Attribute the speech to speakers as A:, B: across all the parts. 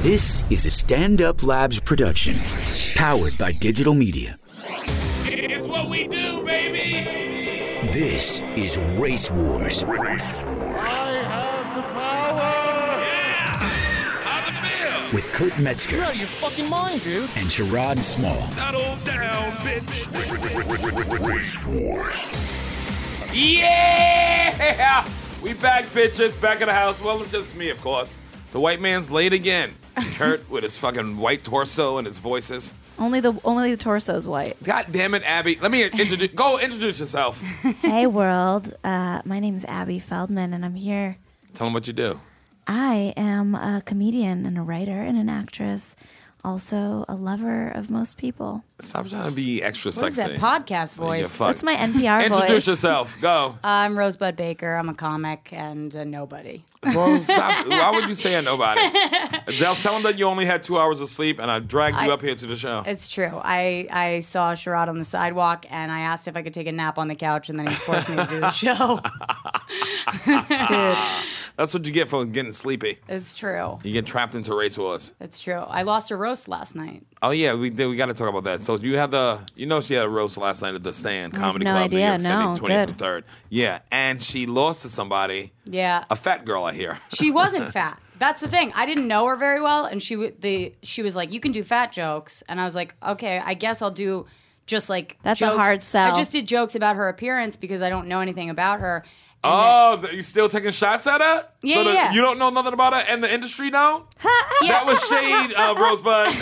A: This is a Stand Up Labs production, powered by digital media.
B: It's what we do, baby.
A: This is Race Wars
B: How's it feel?
A: with Kurt Metzger
C: You're out of your fucking mind, dude.
A: and Sherrod Small.
B: Settle down, bitch.
D: Race Wars.
B: Yeah! We back, bitches. Back in the house. Well, it's just me, of course. The white man's late again. Kurt with his fucking white torso and his voices.
E: Only the only the torso's white.
B: God damn it, Abby. Let me introduce. go introduce yourself.
E: hey world, uh, my name's Abby Feldman, and I'm here.
B: Tell him what you do.
E: I am a comedian and a writer and an actress, also a lover of most people.
B: Stop trying to be extra
F: What is
B: sexy.
F: that podcast
B: Like, you're
F: voice?
B: fucked.
E: That's my NPR
B: Introduce
E: voice.
B: yourself. Go.
F: I'm Rosebud Baker. I'm a comic and a nobody.
B: Bro, stop. Why would you say a nobody? They'll tell him that you only had two hours of sleep, and I dragged you
F: I-
B: up here to the show.
F: It's true. I, I saw Sherrod on the sidewalk and I asked if I could take a nap on the couch and then he forced me to do the show. Dude,
B: That's what you get for getting sleepy.
F: it's true.
B: You get trapped into race wars.
F: It's true. I lost a roast last night.
B: Oh yeah, we did, we got to talk about that. So you had the you know she had a roast last night at the Stand Comedy
E: no
B: Club,
E: idea.
B: New York
E: No,
B: City, twentieth and
E: good.
B: third. Yeah, and she lost to somebody,
F: Yeah.
B: a fat girl, I hear.
F: She wasn't fat. That's the thing. I didn't know her very well, and she w- the she was like, "You can do fat jokes," and I was like, "Okay, I guess I'll do just like
E: That's a
F: jokes.
E: hard sell.
F: I just did jokes about her appearance because I don't know anything about her. And
B: Oh, th- you still taking shots at her?
F: Yeah,
B: so the-
F: yeah.
B: You don't know nothing about her and the industry now.
F: then-
B: That was shade, uh, Rosebud.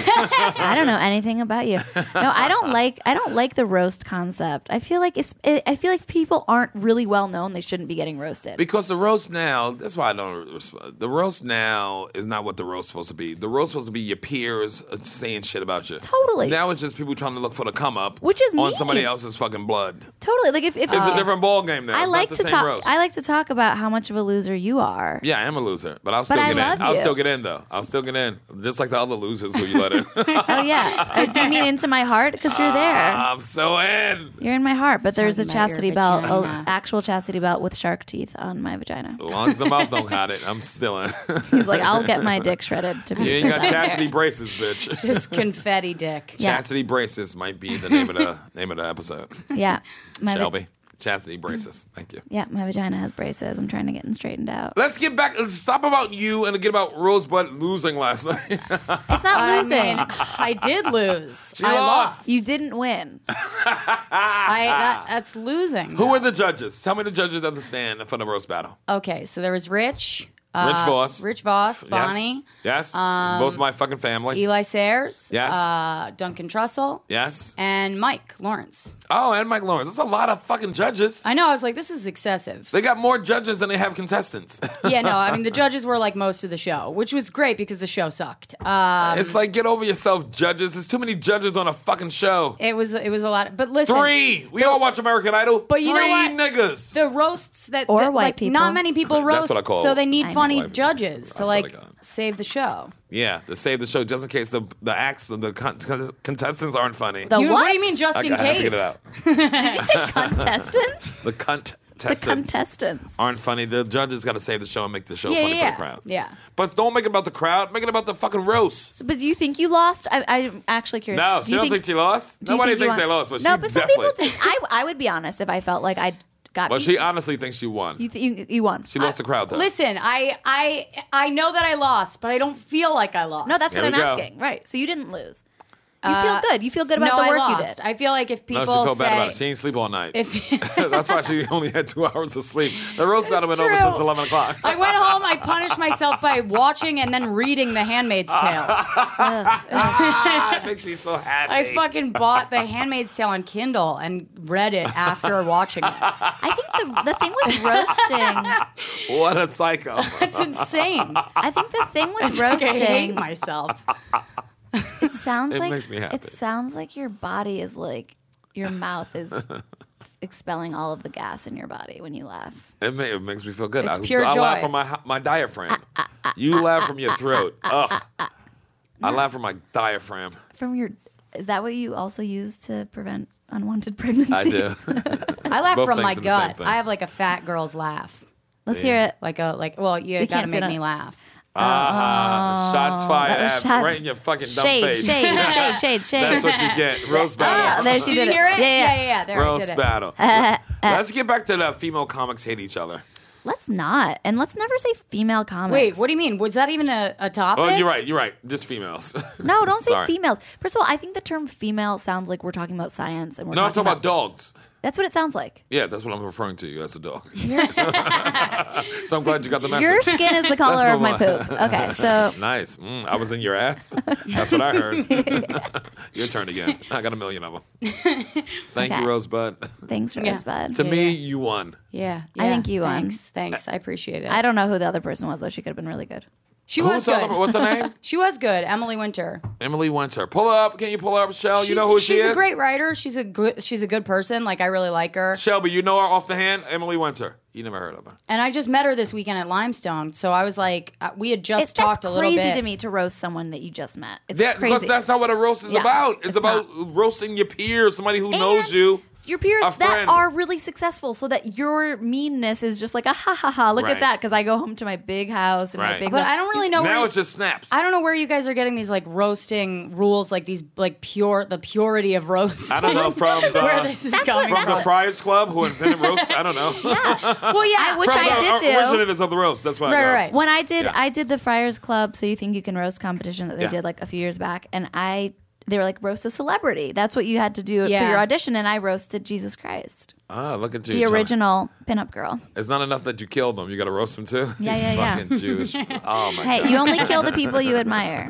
E: I don't know anything about you. No, I don't like I don't like the roast concept. I feel like it's, I I feel like people aren't really well known. They shouldn't be getting roasted.
B: because the roast now, that's why I don't. Resp- the roast now is not what the roast supposed to be. The roast supposed to be your peers uh, saying shit about you.
E: Totally.
B: Now it's just people trying to look for the come up,
E: Which is
B: on
E: mean.
B: somebody else's fucking blood.
E: totally. Like if, if
B: It's a different ball game now.
E: I
B: It's
E: like
B: not
E: to
B: the same
E: talk.
B: roast.
E: I like to talk about how much of a loser you are.
B: yeah, I am a loser, but I'll still
E: I
B: get in.
E: love
B: I'll
E: you.
B: still get in though. I'll still get in, just like the other losers who you let in.
E: Oh yeah. Uh, Do you mean into my heart? Because you're there.
B: I'm so in.
E: You're in my heart, but there's a
F: talking about your
E: chastity belt,
F: vagina.
B: Uh-huh.
E: an actual chastity belt with shark teeth on my vagina.
B: As long as the mouth don't got it, I'm still in.
E: He's like, I'll get my dick shredded to
B: you
E: pieces.
B: ain't got chastity braces, bitch.
F: Just confetti dick.
E: Yeah.
B: Chastity braces might be the name of the name of the episode.
E: yeah, my va-
B: Shelby, chastity braces. Thank you.
E: yeah, my vagina has braces. I'm trying to get them straightened out.
B: Let's get back. Let's stop about you and get about Rosebud losing last night.
E: It's not
F: I
E: losing.
F: mean, I did lose.
B: She
F: I
B: lost.
F: lost.
E: you didn't win.
F: I, that, that's losing.
B: Who were the judges? Tell me the judges at the stand for the roast battle.
F: Okay, so there was Rich. uh,
B: Rich Voss.
F: Rich Voss,
B: Yes.
F: Bonnie, um,
B: Yes. Both my fucking family.
F: Eli Sayers,
B: Yes.
F: uh, Duncan Trussell,
B: Yes.
F: and Mike Lawrence.
B: Oh, and Mike Lawrence. That's a lot of fucking judges.
F: I know. I was like, this is excessive.
B: They got more judges than they have contestants.
F: yeah, no. I mean, the judges were like most of the show, which was great because the show sucked. Um,
B: it's like get over yourself, judges. There's too many judges on a fucking show.
F: it was it was a lot. But listen,
B: Three. We all watch American Idol.
F: But you know
B: Three
F: what?
B: niggas.
F: the roasts that
E: Or
F: that,
E: white
F: like,
E: people.
F: Not many people
B: That's
F: roast,
B: what I call-
F: so they need
E: I know.
F: funny
B: White people.
F: judges
B: I swear
F: to
B: to
F: like
B: God.
F: save the show.
B: yeah, to save the show, just in case the the acts of the con- con- contestants aren't funny.
E: The
F: You- what? do you
E: what?
F: mean, just
B: I,
F: in
B: I have to
F: case?
B: get it out.
E: Did you say contestants?
B: The cunt.
E: the contestants.
B: aren't funny. The judges got to save the show and make the show
F: Yeah,
B: funny
F: yeah,
B: for the
F: yeah.
B: crowd.
F: Yeah.
B: But don't make it about the crowd. Make it about the fucking roast.
E: So, but do you think you lost? I, I'm actually curious.
B: No,
E: Do
B: she
E: you
B: don't think, she lost.
E: do you
B: Nobody
E: think you
B: thinks they
E: won?
B: lost, but
E: no,
B: she
E: but some
B: definitely.
E: people did. I, I would be honest if I felt like I got.
B: Well, she
E: beat.
B: honestly thinks she won.
E: you, th- you, you won.
B: She lost the crowd though.
F: Listen, I I I know that I lost, but I don't feel like I lost.
E: No, that's
B: There
E: what I'm
B: we go.
E: asking. Right. So you didn't lose. You feel good. You feel good about
F: Uh, no,
E: the work
F: I
E: you
F: lost.
E: did.
F: I feel like if
B: no,
F: people
B: she felt
F: say
B: bad about it. She didn't sleep all night.
F: if
B: That's why she only had two hours of sleep. The roast battle
F: It's
B: been over
F: true.
B: since eleven o'clock.
F: I went home, I punished myself by watching and then reading The Handmaid's Tale.
B: ah, it makes me so happy.
F: I fucking bought The Handmaid's Tale on Kindle and read it after watching it.
E: I think the, the thing with roasting,
B: what a psycho.
F: It's insane.
E: I think the thing with
F: Like, I hate
E: roasting
F: myself.
E: it sounds
B: It
E: like
B: makes me happy.
E: it sounds like your body is like your mouth is expelling all of the gas in your body when you laugh.
B: It, ma- it makes me feel good.
F: It's
B: I,
F: pure
B: I laugh
F: joy. Ah,
B: from my my diaphragm. you laugh from your throat. Ugh. I laugh from my diaphragm.
E: From your is that what you also use to prevent unwanted pregnancy?
B: I do.
F: I laugh
B: Both
F: from my
B: things are the same
F: gut.
B: thing.
F: I have like a fat girl's laugh.
E: Let's hear it.
F: Like a like well, you, gotta
E: can't sit
F: make
E: on-
F: me laugh.
B: Ah, shots fired
E: that
B: Ab,
E: was Oh. shots-
B: right in your fucking dumb
E: Shade,
B: face.
E: shade, shade, shade, shade.
B: That's what you get. Roast
E: Ah,
B: battle.
E: there she
F: Did
E: did
F: you hear it?
E: Yeah, yeah.
F: yeah, There, I did
B: Roast
F: it.
B: battle. Let's get back to the female comics hate each other.
E: Let's not, and let's never say female comics.
F: Wait, what do you mean? Was that even a, a topic?
B: Oh, you're right. You're right. Just females.
E: No, don't say
B: Sorry.
E: females. First of all, I think the term female sounds like we're talking about science, and we're
B: No, I'm
E: talking,
B: talking about dogs.
E: That's what it sounds like.
B: Yeah, that's what I'm referring to you as a dog. so I'm glad you got the message.
E: Your skin is the color
B: Let's
E: of my
B: move on.
E: poop. Okay, so
B: Nice. Mm, I was in your ass. That's what I heard. your turn again. I got a million of them. Thank
E: Okay.
B: you, Rosebud.
E: thanks,
F: Yeah.
E: Rosebud.
B: To me, you won.
F: Yeah,
E: I
F: yeah.
E: think you won.
F: Thanks, thanks.
B: Uh,
F: I appreciate it.
E: I don't know who the other person was though. She could have been really good.
F: she
B: Who's
F: was
B: the
F: good.
B: other- what's her name?
F: She was good. Emily Winter.
B: Emily Winter. Pull up. Can you pull up, Shell? You
F: She's-
B: know who she
F: she's
B: is?
F: a great writer. She's a good. She's a good person. Like I really like her.
B: Shelby, you know her off the hand? Emily Winter. You never heard of her.
F: And I just met her this weekend at Limestone. So I was like, uh, we had just
E: It's
F: talked
E: that's
F: a little
E: crazy
F: bit.
E: to me to roast someone that you just met. It's
B: Yeah,
E: crazy.
B: because that's not what a roast is
E: Yes,
B: about. It's,
E: it's
B: about roasting your peers, somebody who knows
E: And
B: you.
E: Your peers
B: a
E: that
B: friend.
E: are really successful, so that your meanness is just like a ha ha ha. Look
B: Right.
E: at that, because I go home to my big house and my
B: Right.
E: big.
F: But I don't really know.
B: Now
F: where
B: it just snaps.
F: I don't know where you guys are getting these like roasting rules, like these like pure the purity of roast.
B: I don't know from the,
F: where this is
E: That's what-
F: coming
B: from the
F: from.
B: Friars Club who invented roast. I don't know.
F: well, yeah,
E: I- which
B: From
E: I
B: the
E: did
B: or-
E: do.
B: Originators of the roast. That's why.
F: Right,
B: I know.
F: right, right.
E: When I did,
B: Yeah.
E: I did the Friars Club, so you think you can roast competition that they
B: Yeah.
E: did like a few years back, and I they were like roast a celebrity. That's what you had to do for
F: Yeah.
E: your audition, and I roasted Jesus Christ,
B: Ah, look at you.
E: the
B: John.
E: original pinup girl.
B: It's not enough that you killed them. You got to roast them too.
E: Yeah, yeah, yeah.
B: Fucking Jewish. Oh my
E: Hey, you only kill the people you admire.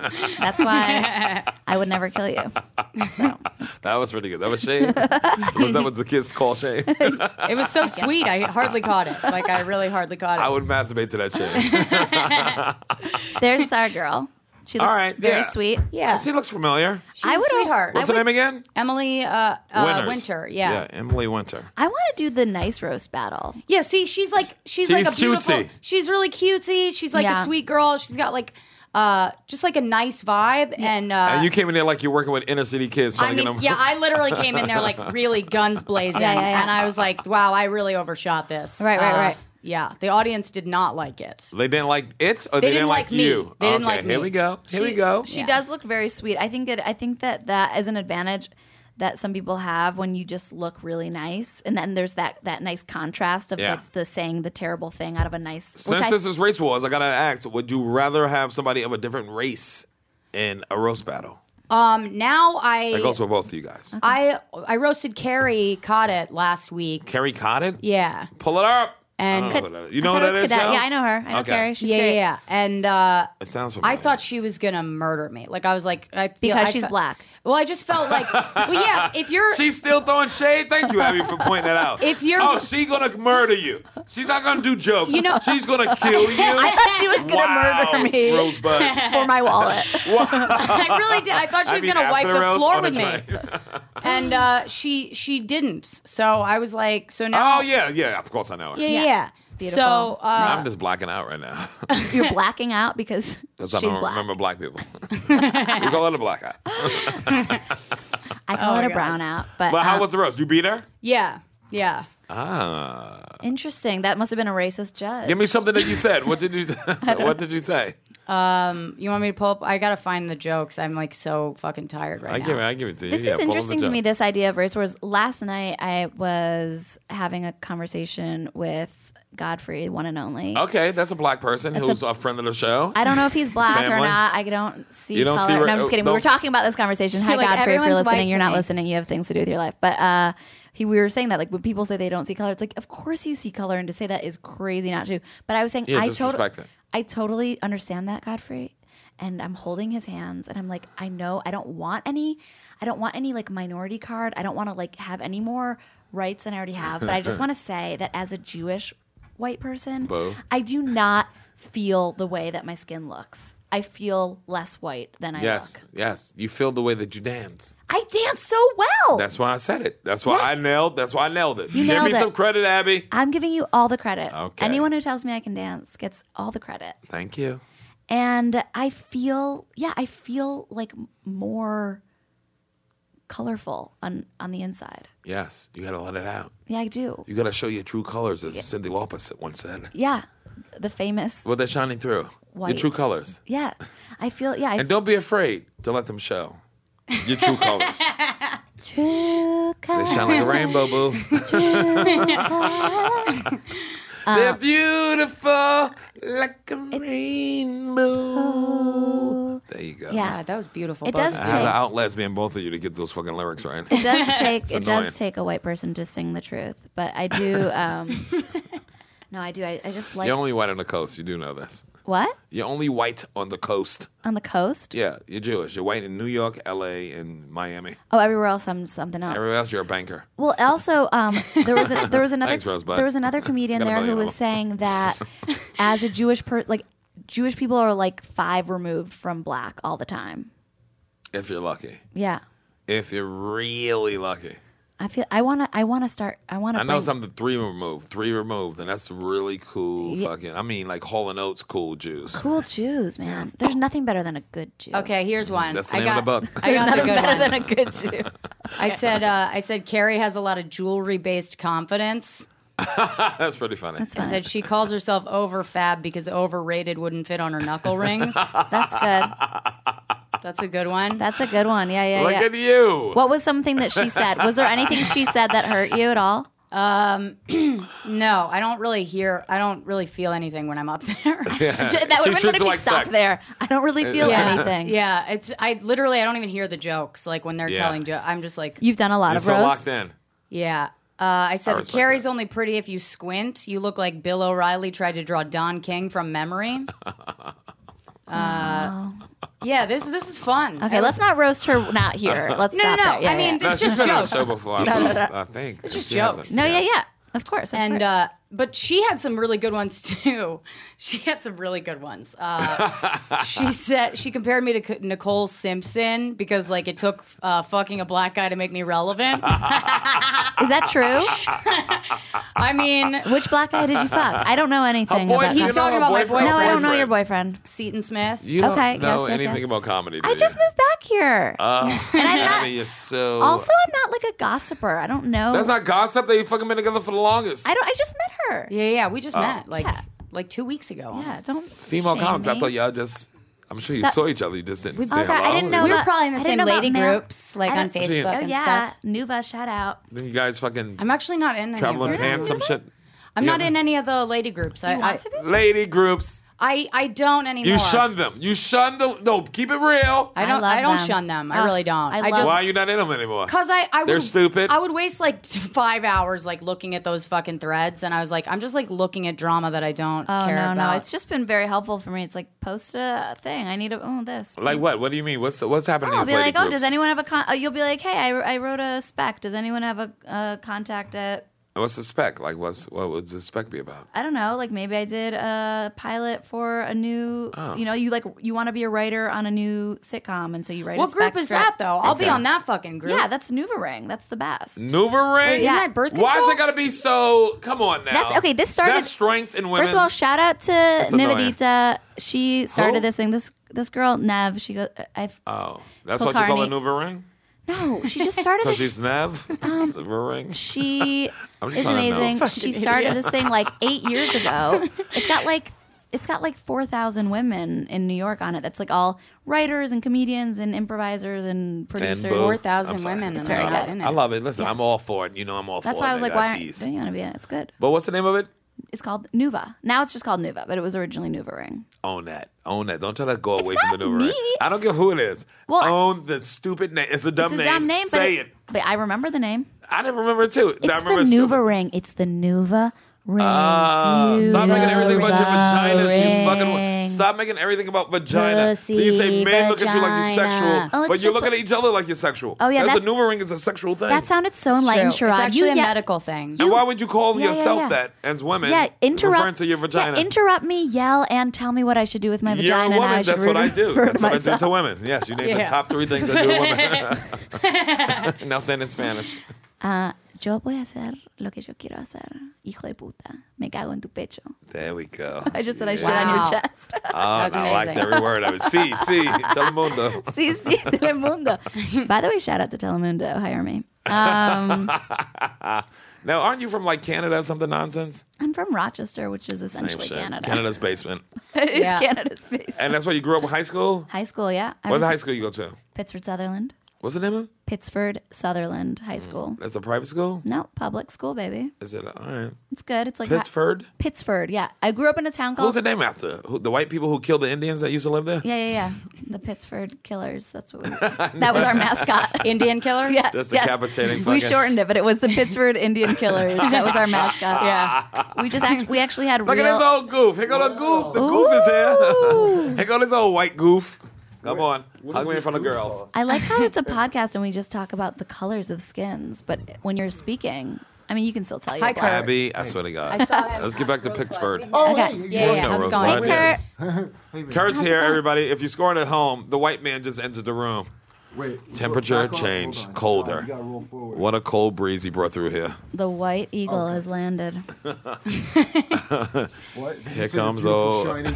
E: That's why I would never kill you. So
B: That was pretty good. That was shade. was that what the kids call shade?
F: it was so sweet. I hardly caught it. Like I really hardly caught it.
B: I would masturbate to that shade.
E: there's our girl. She looks
B: All right,
E: very
B: yeah.
E: sweet.
F: yeah,
B: she looks familiar.
E: I
F: I
E: would-
F: would sweetheart.
B: What's
F: I
B: her
F: would-
B: name again?
F: Emily uh, uh,
B: Winters.
F: Winter. Yeah. Uh,
B: Yeah,
F: yeah.
B: Emily Winter.
E: I want to do the nice roast battle.
F: see, she's like she's, like a
B: She's
F: beautiful.
B: cutesy.
F: She's really cutesy. She's like
E: Yeah.
F: a sweet girl. She's got like uh just like a nice vibe and uh
B: And you came in there like you're working with inner city kids trying
F: I
B: to
F: mean,
B: get them.
F: yeah, I literally came in there like really guns blazing,
E: Yeah, yeah, yeah.
F: and I was like, "Wow, I really overshot this." Uh,
E: Right, right, right.
F: Yeah, the audience did not like it.
B: They didn't like it, or they,
F: They didn't like me.
B: you.
F: They didn't
B: okay,
F: like
B: here
F: me.
B: we go. Here
F: She-
B: we go.
E: She
F: Yeah.
E: does look very sweet. I think it. I think that that is an advantage that some people have when you just look really nice, and then there's that that nice contrast of
B: Yeah.
E: the, the saying the terrible thing out of a nice. which
B: Since
E: I-
B: this is race wars, I gotta ask: Would you rather have somebody of a different race in a roast battle?
F: Um, now
B: That
F: I,
B: goes for both of you guys.
F: I, I roasted Carrie Coddett last week.
B: Carrie Cotton.
F: Yeah,
B: Pull it up.
F: And-
B: I don't know who that is. you
E: I
B: know who
E: thought it
B: that
E: was
B: is?
E: Cadet.
B: Shel?
E: Yeah, I know her. I know
B: Okay.
E: Carrie. She's
F: yeah, yeah,
E: great.
F: yeah. And uh,
B: It sounds familiar.
F: I thought she was gonna murder me. Like I was like, I feel,
E: Because
F: I
E: she's
F: fe-
E: black.
F: Well, I just felt like, well, yeah. If you're
B: She's still throwing shade. Thank you, Abby, for pointing that out.
F: If you're-
B: oh, she's gonna murder you. She's not gonna do jokes.
F: You know-
B: she's gonna kill you.
E: I thought she was gonna
B: wow,
E: murder me
B: Rosebud.
E: for my wallet.
F: I really did. I thought she
B: I
F: was
B: mean,
F: gonna
B: after
F: wipe
B: the
F: the
B: roast,
F: floor
B: on a
F: with me,
B: train.
F: and uh, she she didn't. So I was like, so now,
B: Oh yeah, yeah. Of course I know her.
F: yeah,
E: Yeah.
F: yeah.
E: Beautiful.
F: So uh,
B: I'm just blacking out right now.
E: You're blacking out because
B: That's
E: she's
B: I don't
E: black.
B: remember black people. we call it a blackout.
E: I call
F: Oh
E: it
F: my
E: a
F: God.
E: brown out. But,
B: But how
E: um,
B: was the roast? You beat her?
F: yeah, yeah.
B: Ah.
E: interesting? That must have been a racist judge.
B: Give me something that you said. What did you What did you say?
F: You want me to pull up? I gotta find the jokes. I'm like so fucking tired right
B: I
F: now.
B: give it. I give it to you.
E: This
B: Yeah,
E: is
B: pull up the
E: interesting to
B: joke.
E: me. This idea of race wars. Last night, I was having a conversation with Godfrey, one and only.
B: Okay, that's a black person
E: That's
B: who's
E: a-
B: a, friend of the show.
E: I don't know if he's black or
B: family.
E: not. I don't see
B: You don't
E: color.
B: see where- oh,
E: no, I'm just kidding. We
B: don't-
E: were talking about this conversation. Hi,
F: You're like,
E: Godfrey, if you're
F: everyone's
E: listening,
F: white
E: you're
F: to
E: not
F: me.
E: listening. You have things to do with your life. But uh, he, we were saying that, like, when people say they don't see color, it's like, of course you see color, and to say that is crazy not to. But I was saying,
B: Yeah,
E: I totally,
B: disrespect it.
E: I totally understand that, Godfrey. And I'm holding his hands, and I'm like, I know I don't want any, I don't want any like minority card. I don't want to like have any more rights than I already have. But I just want to say that as a Jewish white person,
B: Bo.
E: I do not feel the way that my skin looks. I feel less white than I
B: Yes,
E: look.
B: yes. You feel the way that you dance.
E: I dance so well.
B: That's why I said it. That's why I
E: Yes.
B: nailed. That's why I nailed it. Give
E: nailed
B: me
E: it.
B: some credit, Abby.
E: I'm giving you all the credit.
B: Okay.
E: Anyone who tells me I can dance gets all the credit.
B: Thank you.
E: And I feel, yeah, I feel like more colorful on on the inside.
B: Yes, you gotta let it out.
E: Yeah, I do.
B: You gotta show your true colors, as Cindy Lauper once said.
E: Yeah. the famous.
B: Well, they're shining through. Your
E: White.
B: true colors.
E: Yeah, I feel. Yeah, I
B: And don't be afraid to let them show your true colors.
E: true
B: They
E: colors.
B: shine like a rainbow, boo.
E: Uh,
B: They're beautiful like a rainbow. There you go.
E: Oh. Yeah.
F: God, Ah, that was beautiful.
E: It
F: both
E: does
F: of
B: I
F: you.
B: had to
E: take-
B: out lesbian both of you to get those fucking lyrics right.
E: It does take it
B: annoying.
E: does take a white person to sing the truth, but I do. Um, no, I do. I, I just like
B: You're only white on the coast. You do know this.
E: what
B: You're only white on the coast.
E: on the coast.
B: Yeah, you're Jewish. You're white in New York, LA, and Miami.
E: Oh, everywhere else I'm something else.
B: Everywhere else, you're a banker.
E: Well, also um, there was a, there was another
B: Thanks, Rosebud.
E: there was another comedian
B: Got a
E: there who
B: million of
E: was
B: them.
E: saying that as a Jewish per like Jewish people are like five removed from black all the time.
B: If you're lucky.
E: Yeah,
B: If you're really lucky.
E: I feel I wanna I wanna start I wanna
B: I know
E: bring-
B: something three removed, three removed, and that's really cool.
E: Ye-
B: Fucking, I mean, like Hall and Oates, cool Jews.
E: cool Jews, man. There's nothing better than a good Jew.
F: Okay, here's one.
B: Mm, That's the
F: I
B: name
F: got,
B: of the book.
F: I
E: There's
F: got the
E: nothing
F: good
E: better
F: one.
E: than a good Jew.
F: I said, uh, I said, Carrie has a lot of jewelry based confidence.
B: That's pretty funny.
E: That's
F: I
E: fine.
F: said she calls herself over fab because overrated wouldn't fit on her knuckle rings.
E: That's good.
F: That's a good one.
E: That's a good one. Yeah, yeah,
B: Look
E: yeah.
B: at you.
E: What was something that she said? Was there anything she said that hurt you at all?
F: no, I don't really hear, I don't really feel anything when I'm up there.
E: J- that
B: She
E: would have been
B: treats
E: good
B: it
E: if you
B: like
E: stopped
B: sex.
E: there. I don't really feel
F: yeah,
E: anything.
F: Yeah, it's I literally I don't even hear the jokes like when they're
B: Yeah.
F: telling jokes. I'm just like,
E: You've done a lot
B: You're
E: of
B: so
E: roasts.
B: locked in.
F: yeah. Uh, I
B: I
F: said
B: respect
F: Carrie's
B: that.
F: only pretty if you squint. You look like Bill O'Reilly tried to draw Don King from memory. Uh, yeah, this this is fun.
E: Okay, let's not roast her not here. Let's
F: no,
E: stop
F: no.
E: there. Yeah,
F: I mean,
E: yeah.
F: It's
B: she's
F: just
B: been on the
F: jokes.
B: show before. I,
E: No, no,
B: believe- I think
F: It's just
B: She hasn't.
F: jokes.
E: no, yeah,
B: Yes.
E: yeah. Of course. Of
F: and
E: course.
F: uh, but she had some really good ones too. She had some really good ones. Uh, she said she compared me to K- Nicole Simpson because like it took uh, fucking a black guy to make me relevant. uh,
E: is that true?
F: I mean,
E: Which black guy did you fuck? I don't know anything.
B: boy-
E: about
B: you
F: he's
E: that.
B: know
F: talking
B: her
F: about my
B: boyfriend?
E: no, I don't know
B: boyfriend.
E: your boyfriend.
F: Seaton Smith.
B: You don't
E: Okay,
B: know
E: yes, yes,
B: anything
E: yes.
B: about comedy. Do
E: I just
B: you?
E: moved back here.
B: Oh.
E: and I'm
B: I
E: not.
B: mean, you're so.
E: Also, I'm not like a gossiper. I don't know.
B: that's not gossip. They fucking been together for the longest.
E: I don't. I just met her.
F: Yeah, yeah, we
B: Uh,
F: just met like
E: Yeah.
F: like two weeks ago.
E: Yeah, don't.
B: Female
E: shame
B: comics. I
E: me.
B: thought y'all just. I'm sure you
E: That-
B: saw each other. You just didn't say
E: Oh, sorry,
B: hello.
E: I didn't know.
F: We were
E: about-
F: probably in the
E: I didn't
F: same
E: know about
F: lady
E: male-
F: groups, like
E: I
F: on
E: don't-
F: Facebook
E: oh,
F: and
E: yeah.
F: stuff.
E: Nuva, shout out.
B: Then you guys fucking
F: I'm actually not in any
B: traveling
F: of those.
B: pants, some shit.
F: I'm not
B: together?
F: in any of the lady groups. I, I,
E: Want to be?
B: Lady groups.
F: I I don't anymore.
B: You shun them. You shun the. No, keep it real.
F: I don't.
E: love
F: I, don't
E: them.
F: shun them. I
E: Ugh,
F: really don't.
E: I
F: I,
E: love
F: just
B: Why are you not in them anymore?
F: Cause I, I
B: They're
F: would,
B: stupid.
F: I would waste like five hours like looking at those fucking threads, and I was like, I'm just like looking at drama that I don't
E: Oh
F: care
E: no,
F: about.
E: no, it's just been very helpful for me. It's like post a thing. I need a oh this.
B: Like what? What do you mean? What's what's happening? in
E: I'll
B: these
E: be
B: lady
E: like, oh,
B: groups?
E: does anyone have a con? Oh, you'll be like, hey, I, I wrote a spec. Does anyone have a uh, contact at?
B: What's the spec? Like, what's what would the spec be about?
E: I don't know. Like maybe I did a pilot for a new.
B: Oh.
E: You know, you like you want to be a writer on a new sitcom, and so you write. a
F: what
E: spec
F: group is
E: script.
F: that though? I'll be
B: Okay.
F: on that fucking group.
E: Yeah, that's Nuva Ring. That's the best.
B: Nuva ring.
F: Isn't
E: Yeah.
F: that birth control?
B: Why is it gotta be so? Come on now.
E: That's okay. This started.
B: That's strength in women.
E: First of all, shout out to
B: annoying.
E: Nivedita. She started
B: Who?
E: this thing. This this girl Nev. She goes. I've
B: oh, that's what you call a
E: Kulkarni.
B: Nuva ring
E: no. She just started.
B: because
E: this
B: she's Nev.
E: Um,
B: Nuva ring.
E: she
B: I'm just
E: is
B: trying to know.
E: amazing.
B: Fucking
E: She started this thing like eight years ago. It's got like it's got like four thousand women in New York on it. That's like all writers and comedians and improvisers and producers.
B: boo.
F: Four
B: I'm
F: thousand
B: sorry.
F: women and
E: very
F: I'm not
E: good.
F: in it.
B: I love it. Listen, I'm
E: Yes.
B: all for it. You know, I'm all
E: That's
B: for
E: why
B: it.
E: I was like,
B: got
E: why
B: teased.
E: don't you want to be in it? It's good.
B: But what's the name of it?
E: It's called Nuva. Now it's just called Nuva, but it was originally Nuva Ring.
B: Own that. Own that. Don't try to go away
E: not
B: from the Nuva ring.
E: me.
B: I don't care who it is.
E: Well, I-
B: Own the stupid name. It's a dumb
E: It's a
B: name.
E: dumb name, but
B: Say it.
E: but I remember the name.
B: I didn't remember it too.
E: It's
B: I
E: the
B: remember it's stupid.
E: Nuva Ring. It's the Nuva Ring.
B: Ah, stop making everything about your vaginas, you fucking.
E: ring.
B: wa- Stop making everything about vagina.
F: Pussy,
B: you say men look at you like
F: vagina.
B: you're sexual,
E: Oh,
B: but
E: it's
B: you're
E: just
B: looking
E: a-
B: at each other like you're sexual.
E: Oh, yeah,
B: that's,
E: that's-
B: a Nuva ring is a sexual thing.
E: That sounded so
F: It's true.
E: enlightened,
F: It's
E: Sharad.
F: actually
E: you
F: a
E: yet-
F: medical thing.
B: and why would you call
E: Yeah, yeah,
B: yourself
E: yeah.
B: that as women?
E: Yeah, interrupt.
B: Referring to your vagina.
E: Yeah, interrupt me, yell, and tell me what I should do with my
B: You're
E: vagina.
B: a woman.
E: and I should
B: That's what I
E: refer-
B: do.
E: refer
B: That's what I do
E: myself.
B: to women. Yes, you named the
F: Yeah.
B: top three things I do to women. now say it in Spanish.
E: Yo voy a hacer lo que yo quiero hacer. Hijo de puta. Me cago en tu pecho.
B: There we go.
E: I just said I
B: Yeah.
E: shit on your
F: Wow.
E: chest.
B: Oh, and I liked
F: amazing.
B: every word of it. See, see, Telemundo.
E: sí, sí, Telemundo. By the way, shout out to Telemundo. Hire me. Um,
B: Now, aren't you from like Canada or something nonsense?
E: I'm from Rochester, which is
B: Same
E: essentially
B: shit.
E: Canada.
B: Canada's basement.
E: it is
F: Yeah.
E: Canada's base.
B: And that's where you grew up in high school?
E: high school, yeah. I
B: What
E: was
B: high school you go to?
E: Pittsford Sutherland.
B: What's the name of it?
E: Pittsford Sutherland High
B: Mm.
E: School.
B: That's a private school?
E: No, public school, baby.
B: Is it? All right.
E: It's good. It's like hi-
B: Pittsford?
E: Pittsford, yeah. I grew up in a town
B: Who's
E: called.
B: the name after? Who, the white people who killed the Indians that used to live there?
E: Yeah, yeah, yeah. The Pittsford Killers. That's what we. that was our mascot.
F: Indian killers?
E: Yeah,
B: Just
E: yes.
B: decapitating
E: We
B: fucking-
E: shortened it, but it was the Pittsford Indian Killers. That was our mascot.
F: Yeah.
E: We just act- we actually had
B: Look
E: real.
B: at this old goof. Here go the goof. The goof is here. here go this old white goof. Come on. Hug me in front of girls.
E: I like how it's a podcast and we just talk about the colors of skins, but when you're speaking, I mean, you can still tell your
F: Hi,
E: blood.
B: Abby, I swear to God. Let's get back to Pittsford.
C: Oh,
E: Okay.
C: hey,
F: Yeah, yeah, yeah.
B: No,
F: How's it
B: Rose,
F: going?
B: why-
E: Kurt,
B: Kurt's here, everybody. If you're scoring at home, the white man just entered the room.
G: Wait.
B: Temperature
G: back off,
B: change,
G: hold on.
B: colder.
G: Oh, you gotta roll forward.
B: What a cold breeze he brought through here.
E: the white eagle has landed.
G: What? Did you
B: Here
G: see the
B: comes
G: beautiful
B: old-
G: shining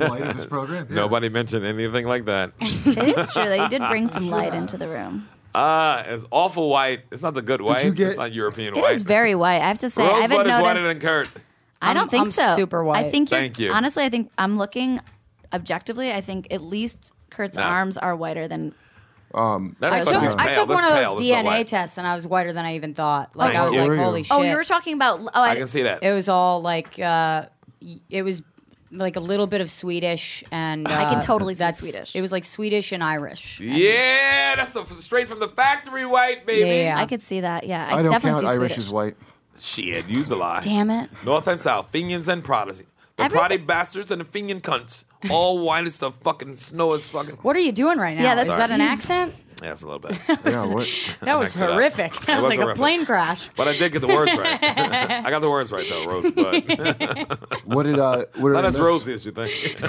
G: light of this program. Yeah.
B: Nobody mentioned anything like that.
E: It is true that you did bring some light into the room.
B: Ah, it's awful white. It's not the good white.
G: you get-
B: it's not European
E: It
B: white.
E: is very white. I have to say, I haven't
B: Rosebud is
E: noticed.
B: whiter than Kurt.
E: I don't
F: I'm-
E: think
F: I'm
E: so.
F: super white.
E: I think you're,
B: Thank you.
E: Honestly, I think I'm looking objectively. I think at least Kurt's
B: No.
E: arms are whiter than.
B: That's
F: I
B: because
F: took,
B: he's pale.
F: I took
B: That's
F: one of
B: pale.
F: those
B: That's not
F: DNA
B: white.
F: tests and I was whiter than I even thought. Like,
B: Oh,
F: I was like,
G: were you?
F: holy shit.
E: Oh, you were talking about. Oh, I,
B: I can see that.
F: It was all like, uh, y- it was like a little bit of Swedish and. Uh,
E: can totally see
F: that's-
E: Swedish.
F: It was like Swedish and Irish.
B: Yeah, that's a, straight from the factory white, baby.
F: Yeah.
E: I could see that. Yeah, I,
G: I don't
E: definitely
G: count
E: see
G: Irish
E: Swedish.
G: as white.
B: Shit, use a lie.
F: Damn it.
B: North and South, Fenians and Protestants. The
E: Everything-
B: Protty bastards and the Fenian cunts. All white as the fucking snow is fucking.
F: What are you doing right now?
E: Yeah, that's-
F: Is that an
E: Jeez.
F: accent?
B: Yeah, that's a little bit.
G: Yeah, what?
F: That was
B: Mixed it up.
F: horrific. That
B: It
F: was
B: was
F: like
B: horrific.
F: a plane crash.
B: But I did get the words right. I got the words right, though, Rosebud.
G: What did uh? What did,
B: Not
G: I
B: as
G: miss?
B: rosy as you think.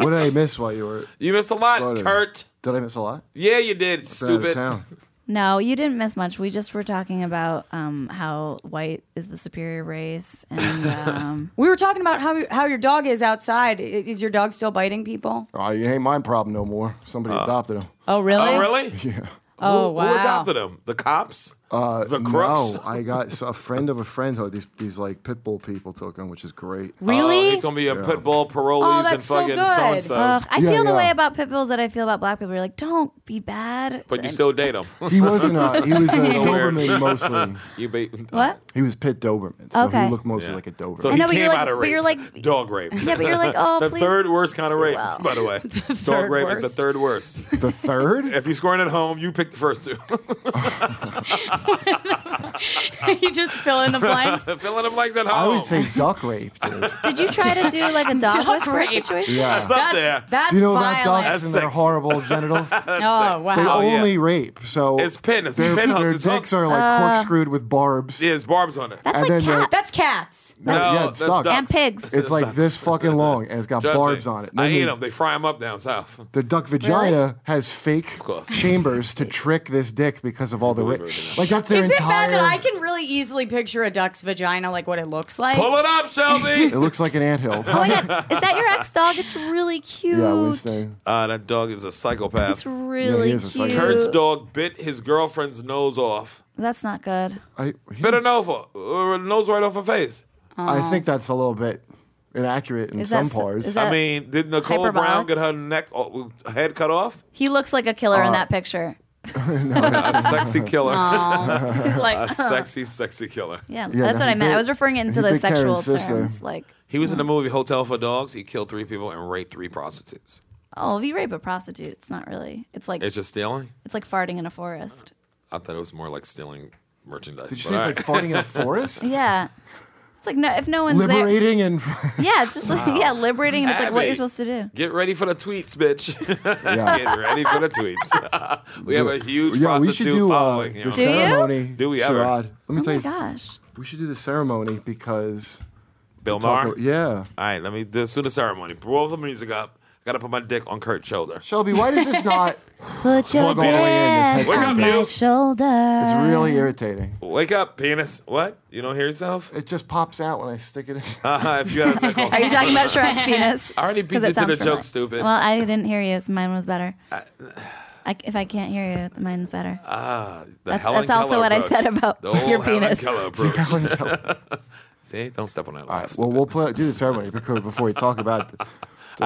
G: what did I miss while you were?
B: You missed a lot,
G: Sorry.
B: Kurt.
G: Did I miss a lot?
B: Yeah, you did,
G: Been out of
B: stupid.
G: town.
E: No, you didn't miss much. We just were talking about um, how white is the superior race, and um,
F: We were talking about how how your dog is outside. I- Is your dog still biting people?
G: Oh, you ain't my problem no more. Somebody
B: Uh,
G: adopted him.
F: Oh really?
B: Oh, really?
F: Oh,
B: Who- Who
F: wow.
B: adopted him? The cops? Uh, the crooks?
G: No, I got so a friend of a friend who these these like pit bull people took him, which is great.
B: Oh,
F: Really?
B: he's gonna be a pit bull parolees and
F: Oh, that's so
B: fucking
F: good.
B: so and
E: ugh,
B: so's.
E: I
G: Yeah,
E: feel the
G: yeah.
E: way about pit bulls that I feel about black people. You're like, don't be bad.
B: But you still date him.
G: He wasn't. Uh, he was a
B: So weird.
G: Doberman mostly.
B: you be-
E: what?
G: He was pit Doberman, so
E: Okay.
G: he looked mostly
B: Yeah.
G: like a Doberman.
B: So
E: I
B: he
E: know, but
B: came
E: you're like-
B: out of
E: but
B: rape.
E: you're like-
B: dog rape.
E: Yeah, but you're like, oh,
B: the
E: please.
B: third worst kind of rape,
E: well.
B: by the way. dog
F: third
B: rape is
F: worst.
B: the third worst.
G: the third?
B: if you're scoring at home, you pick the first two.
F: you just fill in the blanks.
B: Filling the blanks at home.
G: I would say
B: Oh.
G: duck rape. Dude.
E: Did you try to do like a dog
F: Dog
E: whisperer
F: rape.
E: situation?
G: Yeah.
B: That's up there.
F: That's that's
G: Do you know
F: violent.
G: about dogs
B: That's
G: and their
B: sex.
G: horrible genitals?
F: oh
G: They
F: wow.
B: Oh, yeah.
G: only rape. So
B: It's pin- it's
G: their,
B: pin hook,
G: their
B: it's hook.
G: dicks are like corkscrewed with barbs.
B: yeah, his barbs on it.
E: That's
G: And
E: like
G: then they're-
E: cats
F: That's cats.
G: No,
B: No,
G: yeah, it's
B: that's
G: stuck.
B: duck.
E: and pigs.
G: It's like this fucking long, and it's got
B: Trust
G: barbs
B: me.
G: on it.
B: I
G: Then
B: eat
G: the-
B: them. They fry them up down south.
G: The duck vagina has fake
B: course.
G: chambers to trick this dick because of all the
B: Believe
G: rape.
B: it or not.
G: Like that's their
F: Is it
G: entire.
F: bad that I can really easily picture a duck's vagina, like what it looks like?
B: Pull it up, Shelby.
G: It looks like an anthill.
E: Oh my god, is that your ex dog? It's really cute.
G: yeah, Winston.
B: uh, that dog is a psychopath.
E: It's really
G: is a
E: cute.
G: psycho.
B: Kurt's dog bit his girlfriend's nose off.
E: That's not good.
G: I,
B: Bit her nose, off- uh, nose right off her face.
G: I think that's a little bit inaccurate in
E: Is that
G: some
E: s-
G: parts.
E: is that-
B: I mean, did Nicole
E: hyperbolic?
B: Brown get her neck, oh, head cut off?
E: He looks like a killer
G: Uh,
E: in that picture.
B: A sexy killer.
E: He's like,
B: sexy, sexy killer.
E: yeah, that's
G: Yeah,
E: what I
G: he
E: meant. I
G: bit-
E: was referring it into
G: he
E: the
G: bit Karen's
E: sexual
G: sister.
E: terms. Like,
B: He was in the movie Hotel for Dogs. He killed three people and raped three prostitutes.
E: oh, if you rape a prostitute, it's not really. It's like
B: It's just stealing?
E: it's like farting in a forest.
B: I thought it was more like stealing merchandise.
G: Did
B: but
G: you say it's
B: all
G: like
B: right.
G: farting in a forest?
E: Yeah, it's like no, if no one's
G: Liberating and
E: there. Yeah, it's just like yeah, liberating. And it's like what you're
B: Abby.
E: supposed to do.
B: Get ready for the tweets, bitch.
G: yeah.
B: Get ready for the tweets. we have a huge
G: yeah, we should
B: prostitute
G: do uh,
B: following.
G: the
B: you know?
E: Do you?
G: ceremony.
B: Do we ever?
G: charade. Let me tell
E: Oh my
G: you,
E: gosh,
G: we should do the ceremony because
B: Bill
G: talk
B: Maher.
G: about- yeah.
B: All right, let me do do the ceremony. Roll the music up. I gotta put my dick on Kurt's shoulder.
G: Shelby, why does this not?
E: put your
G: Plug all the way in,
E: dick
G: it's
B: headphone.
E: on
B: Wake up,
E: my
B: you.
E: shoulder.
G: It's really irritating.
B: Wake up, penis. What? You don't hear yourself?
G: It just pops out when I stick it in.
B: Uh, if you had a nickel.
E: Are you talking about Sharon's penis?
B: I already beat
E: 'Cause it
B: you to the
E: sounds
B: joke,
E: familiar.
B: stupid.
E: Well, I didn't hear you. So mine was better. I, if I can't hear you, mine's better.
B: Uh, The
E: That's-
B: Helen
E: that's also
B: Keller
E: what I
B: approach.
E: said about
B: the old
E: your
B: Helen
E: penis.
B: Keller approach. See, don't step on that.
G: All right, well, we'll play, do the ceremony because before we talk about the, the
B: All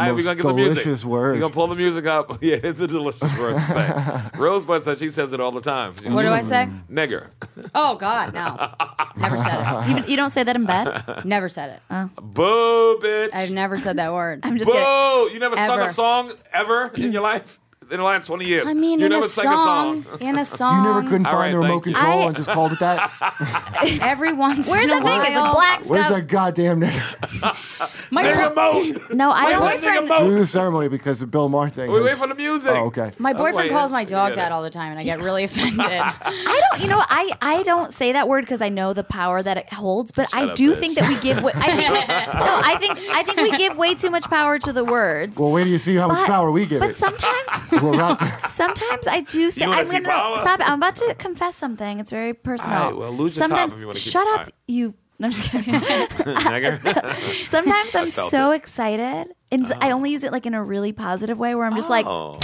B: right, we're
G: most
B: gonna get the music.
G: delicious
B: We're
G: word.
B: gonna pull the music up. Yeah, it's a delicious word to say. Rosebud said she says it all the time. She-
F: What do I say?
B: Mm. Nigger.
F: Oh God, no. Never said
E: you, you don't say that in bed.
F: it. Never said it.
B: Boo, bitch.
F: I've never said that word.
E: I'm just kidding.
B: Boo. You never sung a
F: Ever.
B: song ever in your life? In the last 20 years.
F: I mean,
B: you
F: in
B: never
F: a
B: sang
F: song,
B: a song.
F: in a
G: you
F: song,
G: never couldn't
B: All
G: find
B: right,
G: the remote
B: thank you.
G: control
E: Um, I-
G: and just called it that.
F: every once
E: Where's
F: in
E: that
F: a
E: thing? It's a
F: while.
E: black
G: Where's
E: stuff.
G: that goddamn name?
F: My
B: Nigga moat.
E: No, I
B: Where's that
E: don't.
B: nigga
G: do
B: moat?
G: the ceremony because the Bill Maher thing.
B: We
G: is-
B: wait for the music.
G: Oh, okay.
F: My
B: That's why
F: boyfriend
B: you-
F: calls my
B: you
F: dog
B: get
F: that
B: it.
F: all the time, and I get really offended.
E: I don't. You know, I I don't say that word because I know the power that it holds. But I
B: up,
E: do
B: bitch.
E: think that we give. Way, I think. We, no, I think. I think we give way too much power to the words.
G: Well, wait till you see how much
E: But-
G: power we give
E: But
G: it.
E: sometimes,
G: We're about to-
E: sometimes I do say.
B: You wanna
E: I'm
B: see
E: gonna
B: power?
E: stop. it. I'm about to confess something. It's very personal.
B: All right, well, lose your top
E: sometimes,
B: if you wanna keep-
E: shut
B: all
E: up,
B: right.
E: you. No, I'm just kidding.
B: Nigger.
E: Sometimes I'm
B: felt
E: so excited, and I only use it like in a really positive way, where I'm just like,
B: oh.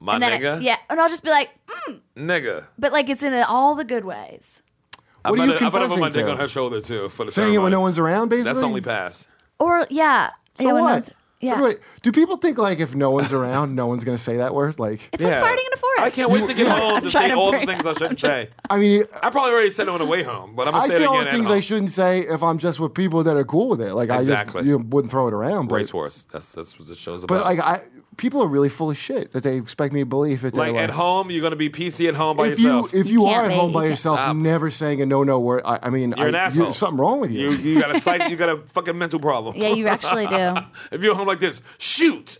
B: My
E: and then I-
B: nigga.
E: yeah, and I'll just be like, mm,
B: Nigga.
E: but like it's in all the good ways.
G: what are
B: I'm
G: you
B: gonna, I'm gonna put my
G: confessing
B: dick on her
G: to?
B: shoulder too for the
G: Saying it when no one's around, basically.
B: That's the only pass.
E: Or yeah,
G: So
E: yeah, when no
G: what?
E: one's- yeah.
G: Everybody- do people think like if no one's around, no one's gonna say that word? Like,
E: It's like farting in a forest.
B: I can't wait to get home to
E: trying
B: say
E: to
B: all the
E: bring-
B: things I shouldn't say.
G: I mean,
B: I probably already said it on the way home, but I'm gonna
G: I
B: say it
G: say
B: again.
G: all the
B: at
G: things
B: home.
G: I shouldn't say if I'm just with people that are cool with it. Like, I
B: Exactly.
G: just you know, wouldn't throw it around. But,
B: Racehorse. That's that's what the show's about.
G: but like, I people are really full of shit that they expect me to believe that they're
B: Like, at home, you're gonna be PC at home by
G: if you
B: yourself.
G: if
E: You
G: you are
E: can't
G: at
E: make-
G: home
E: you
G: by
E: can't-
G: yourself,
B: Stop.
G: never saying a no no word. I, I mean,
B: you're
G: I,
B: an asshole.
G: something wrong with
B: You you got a psych. you got a fucking mental problem.
E: Yeah, you actually do.
B: If you're home like this, shoot.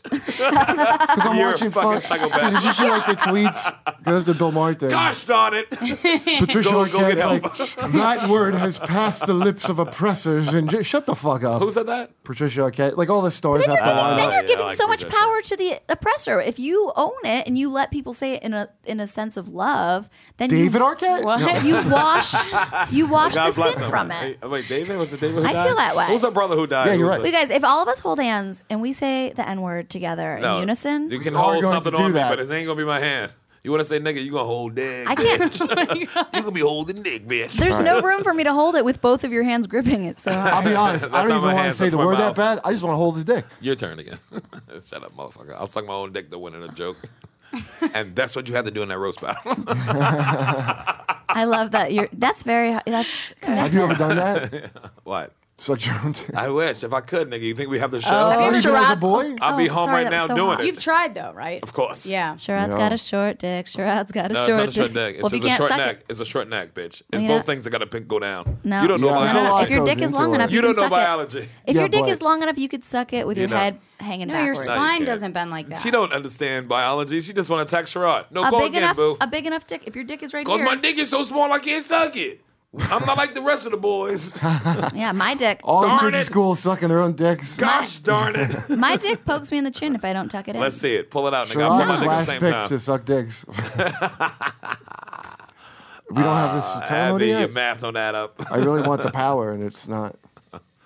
G: Because I'm
B: You're a
G: watching
B: fucking
G: fun.
B: psychopath.
G: Did you see like the tweets? Goes to Bill Maher thing.
B: Gosh darn it.
G: Patricia
B: Go- go get
G: Arquette's like, that word has passed the lips of oppressors. And just, shut the fuck up.
B: Who said that?
G: Patricia Arquette. Like all the stars have to
E: then
G: line
E: you're
G: up.
B: yeah, I
E: giving
B: like
E: so much
B: projection.
E: power to the oppressor. If you own it and you let people say it in a in a sense of love, then
G: David
E: you,
G: Arquette.
F: What?
G: No.
E: you wash you wash the
B: God bless
E: sin
B: him.
E: from it.
B: Hey, wait, David was it David? Who
E: I
B: died?
E: feel that way.
B: Who's that brother who died?
G: Yeah, you're
B: Who's
G: right.
B: the-
E: You guys, if all of us hold hands and we say the N word together
B: No,
E: in unison,
B: You can
G: We're
B: hold
G: going to
B: something
G: do
B: on
G: that.
B: me, but it ain't gonna be my hand. You want to say nigga? You gonna hold dick?
E: I can't.
B: You gonna be holding dick, bitch.
E: There's no room for me to hold it with both of your hands gripping it. So
G: I'll be honest.
B: That's
G: I
B: not
G: don't even
B: my
G: want
B: hands,
G: to say
B: that's
G: the
B: my
G: word
B: mouth.
G: that bad. I just want to hold his dick.
B: Your turn again. Shut up, motherfucker. I'll suck my own dick to win in a joke. and that's what you had to do in that roast battle.
E: I love that. You're that's very that's
G: Have you ever done that?
B: what?
G: Suck your own dick.
B: I wish. If I could, nigga, you think we have the show?
E: Have you
G: Did
E: ever
G: you do it as a
E: Sharad-
G: boy?
B: I'll be
E: Oh,
B: home
E: sorry,
B: right
E: that
B: now
E: was so
B: doing
E: hot.
B: it.
F: You've tried though, right?
B: of course.
F: Yeah.
E: Sherrod's
G: No.
E: got a short dick. Sherrod's got a
B: No,
E: short
B: it's not a short neck. It's
E: Well, if you
B: just a
E: can't
B: short
E: suck
B: neck.
E: it,
B: It's a short neck, bitch. It's
E: Yeah.
B: both things that got to pick go down.
E: no,
B: You don't know
G: Yeah,
E: no, no, no.
B: biology.
E: If your dick is
G: Goes
E: long
G: into
E: enough,
G: it.
E: you,
B: You don't
E: can
B: know
E: suck it.
B: biology.
E: If your
G: Yeah,
E: dick
G: but-
E: is long enough, you could suck it with
B: You're
E: your
B: not-
E: head hanging
F: No, your
E: backwards.
B: you
F: spine
B: can't.
F: doesn't bend like that.
B: She don't understand biology. She just want to attack Sherrod. No,
E: a
B: go
E: big
B: again,
E: enough,
B: boo.
E: a big enough dick. If your dick is right
B: Cause
E: here,
B: my dick is so small I can't suck it. I'm not like the rest of the boys.
E: yeah, my dick,
G: All the
B: Darn
G: kids
B: it.
G: in school sucking their own dicks.
B: Gosh darn it.
E: my dick pokes me in the chin if I don't tuck it in.
B: Let's see it. Pull it out, nigga. I'll pull my
G: Sherrod's
B: dick at the
G: last
B: same
G: pick
B: time.
G: to suck dicks. we don't have this ceremony
B: Ah, Abby, your
G: yet.
B: math on that up.
G: I really want the power, and it's not.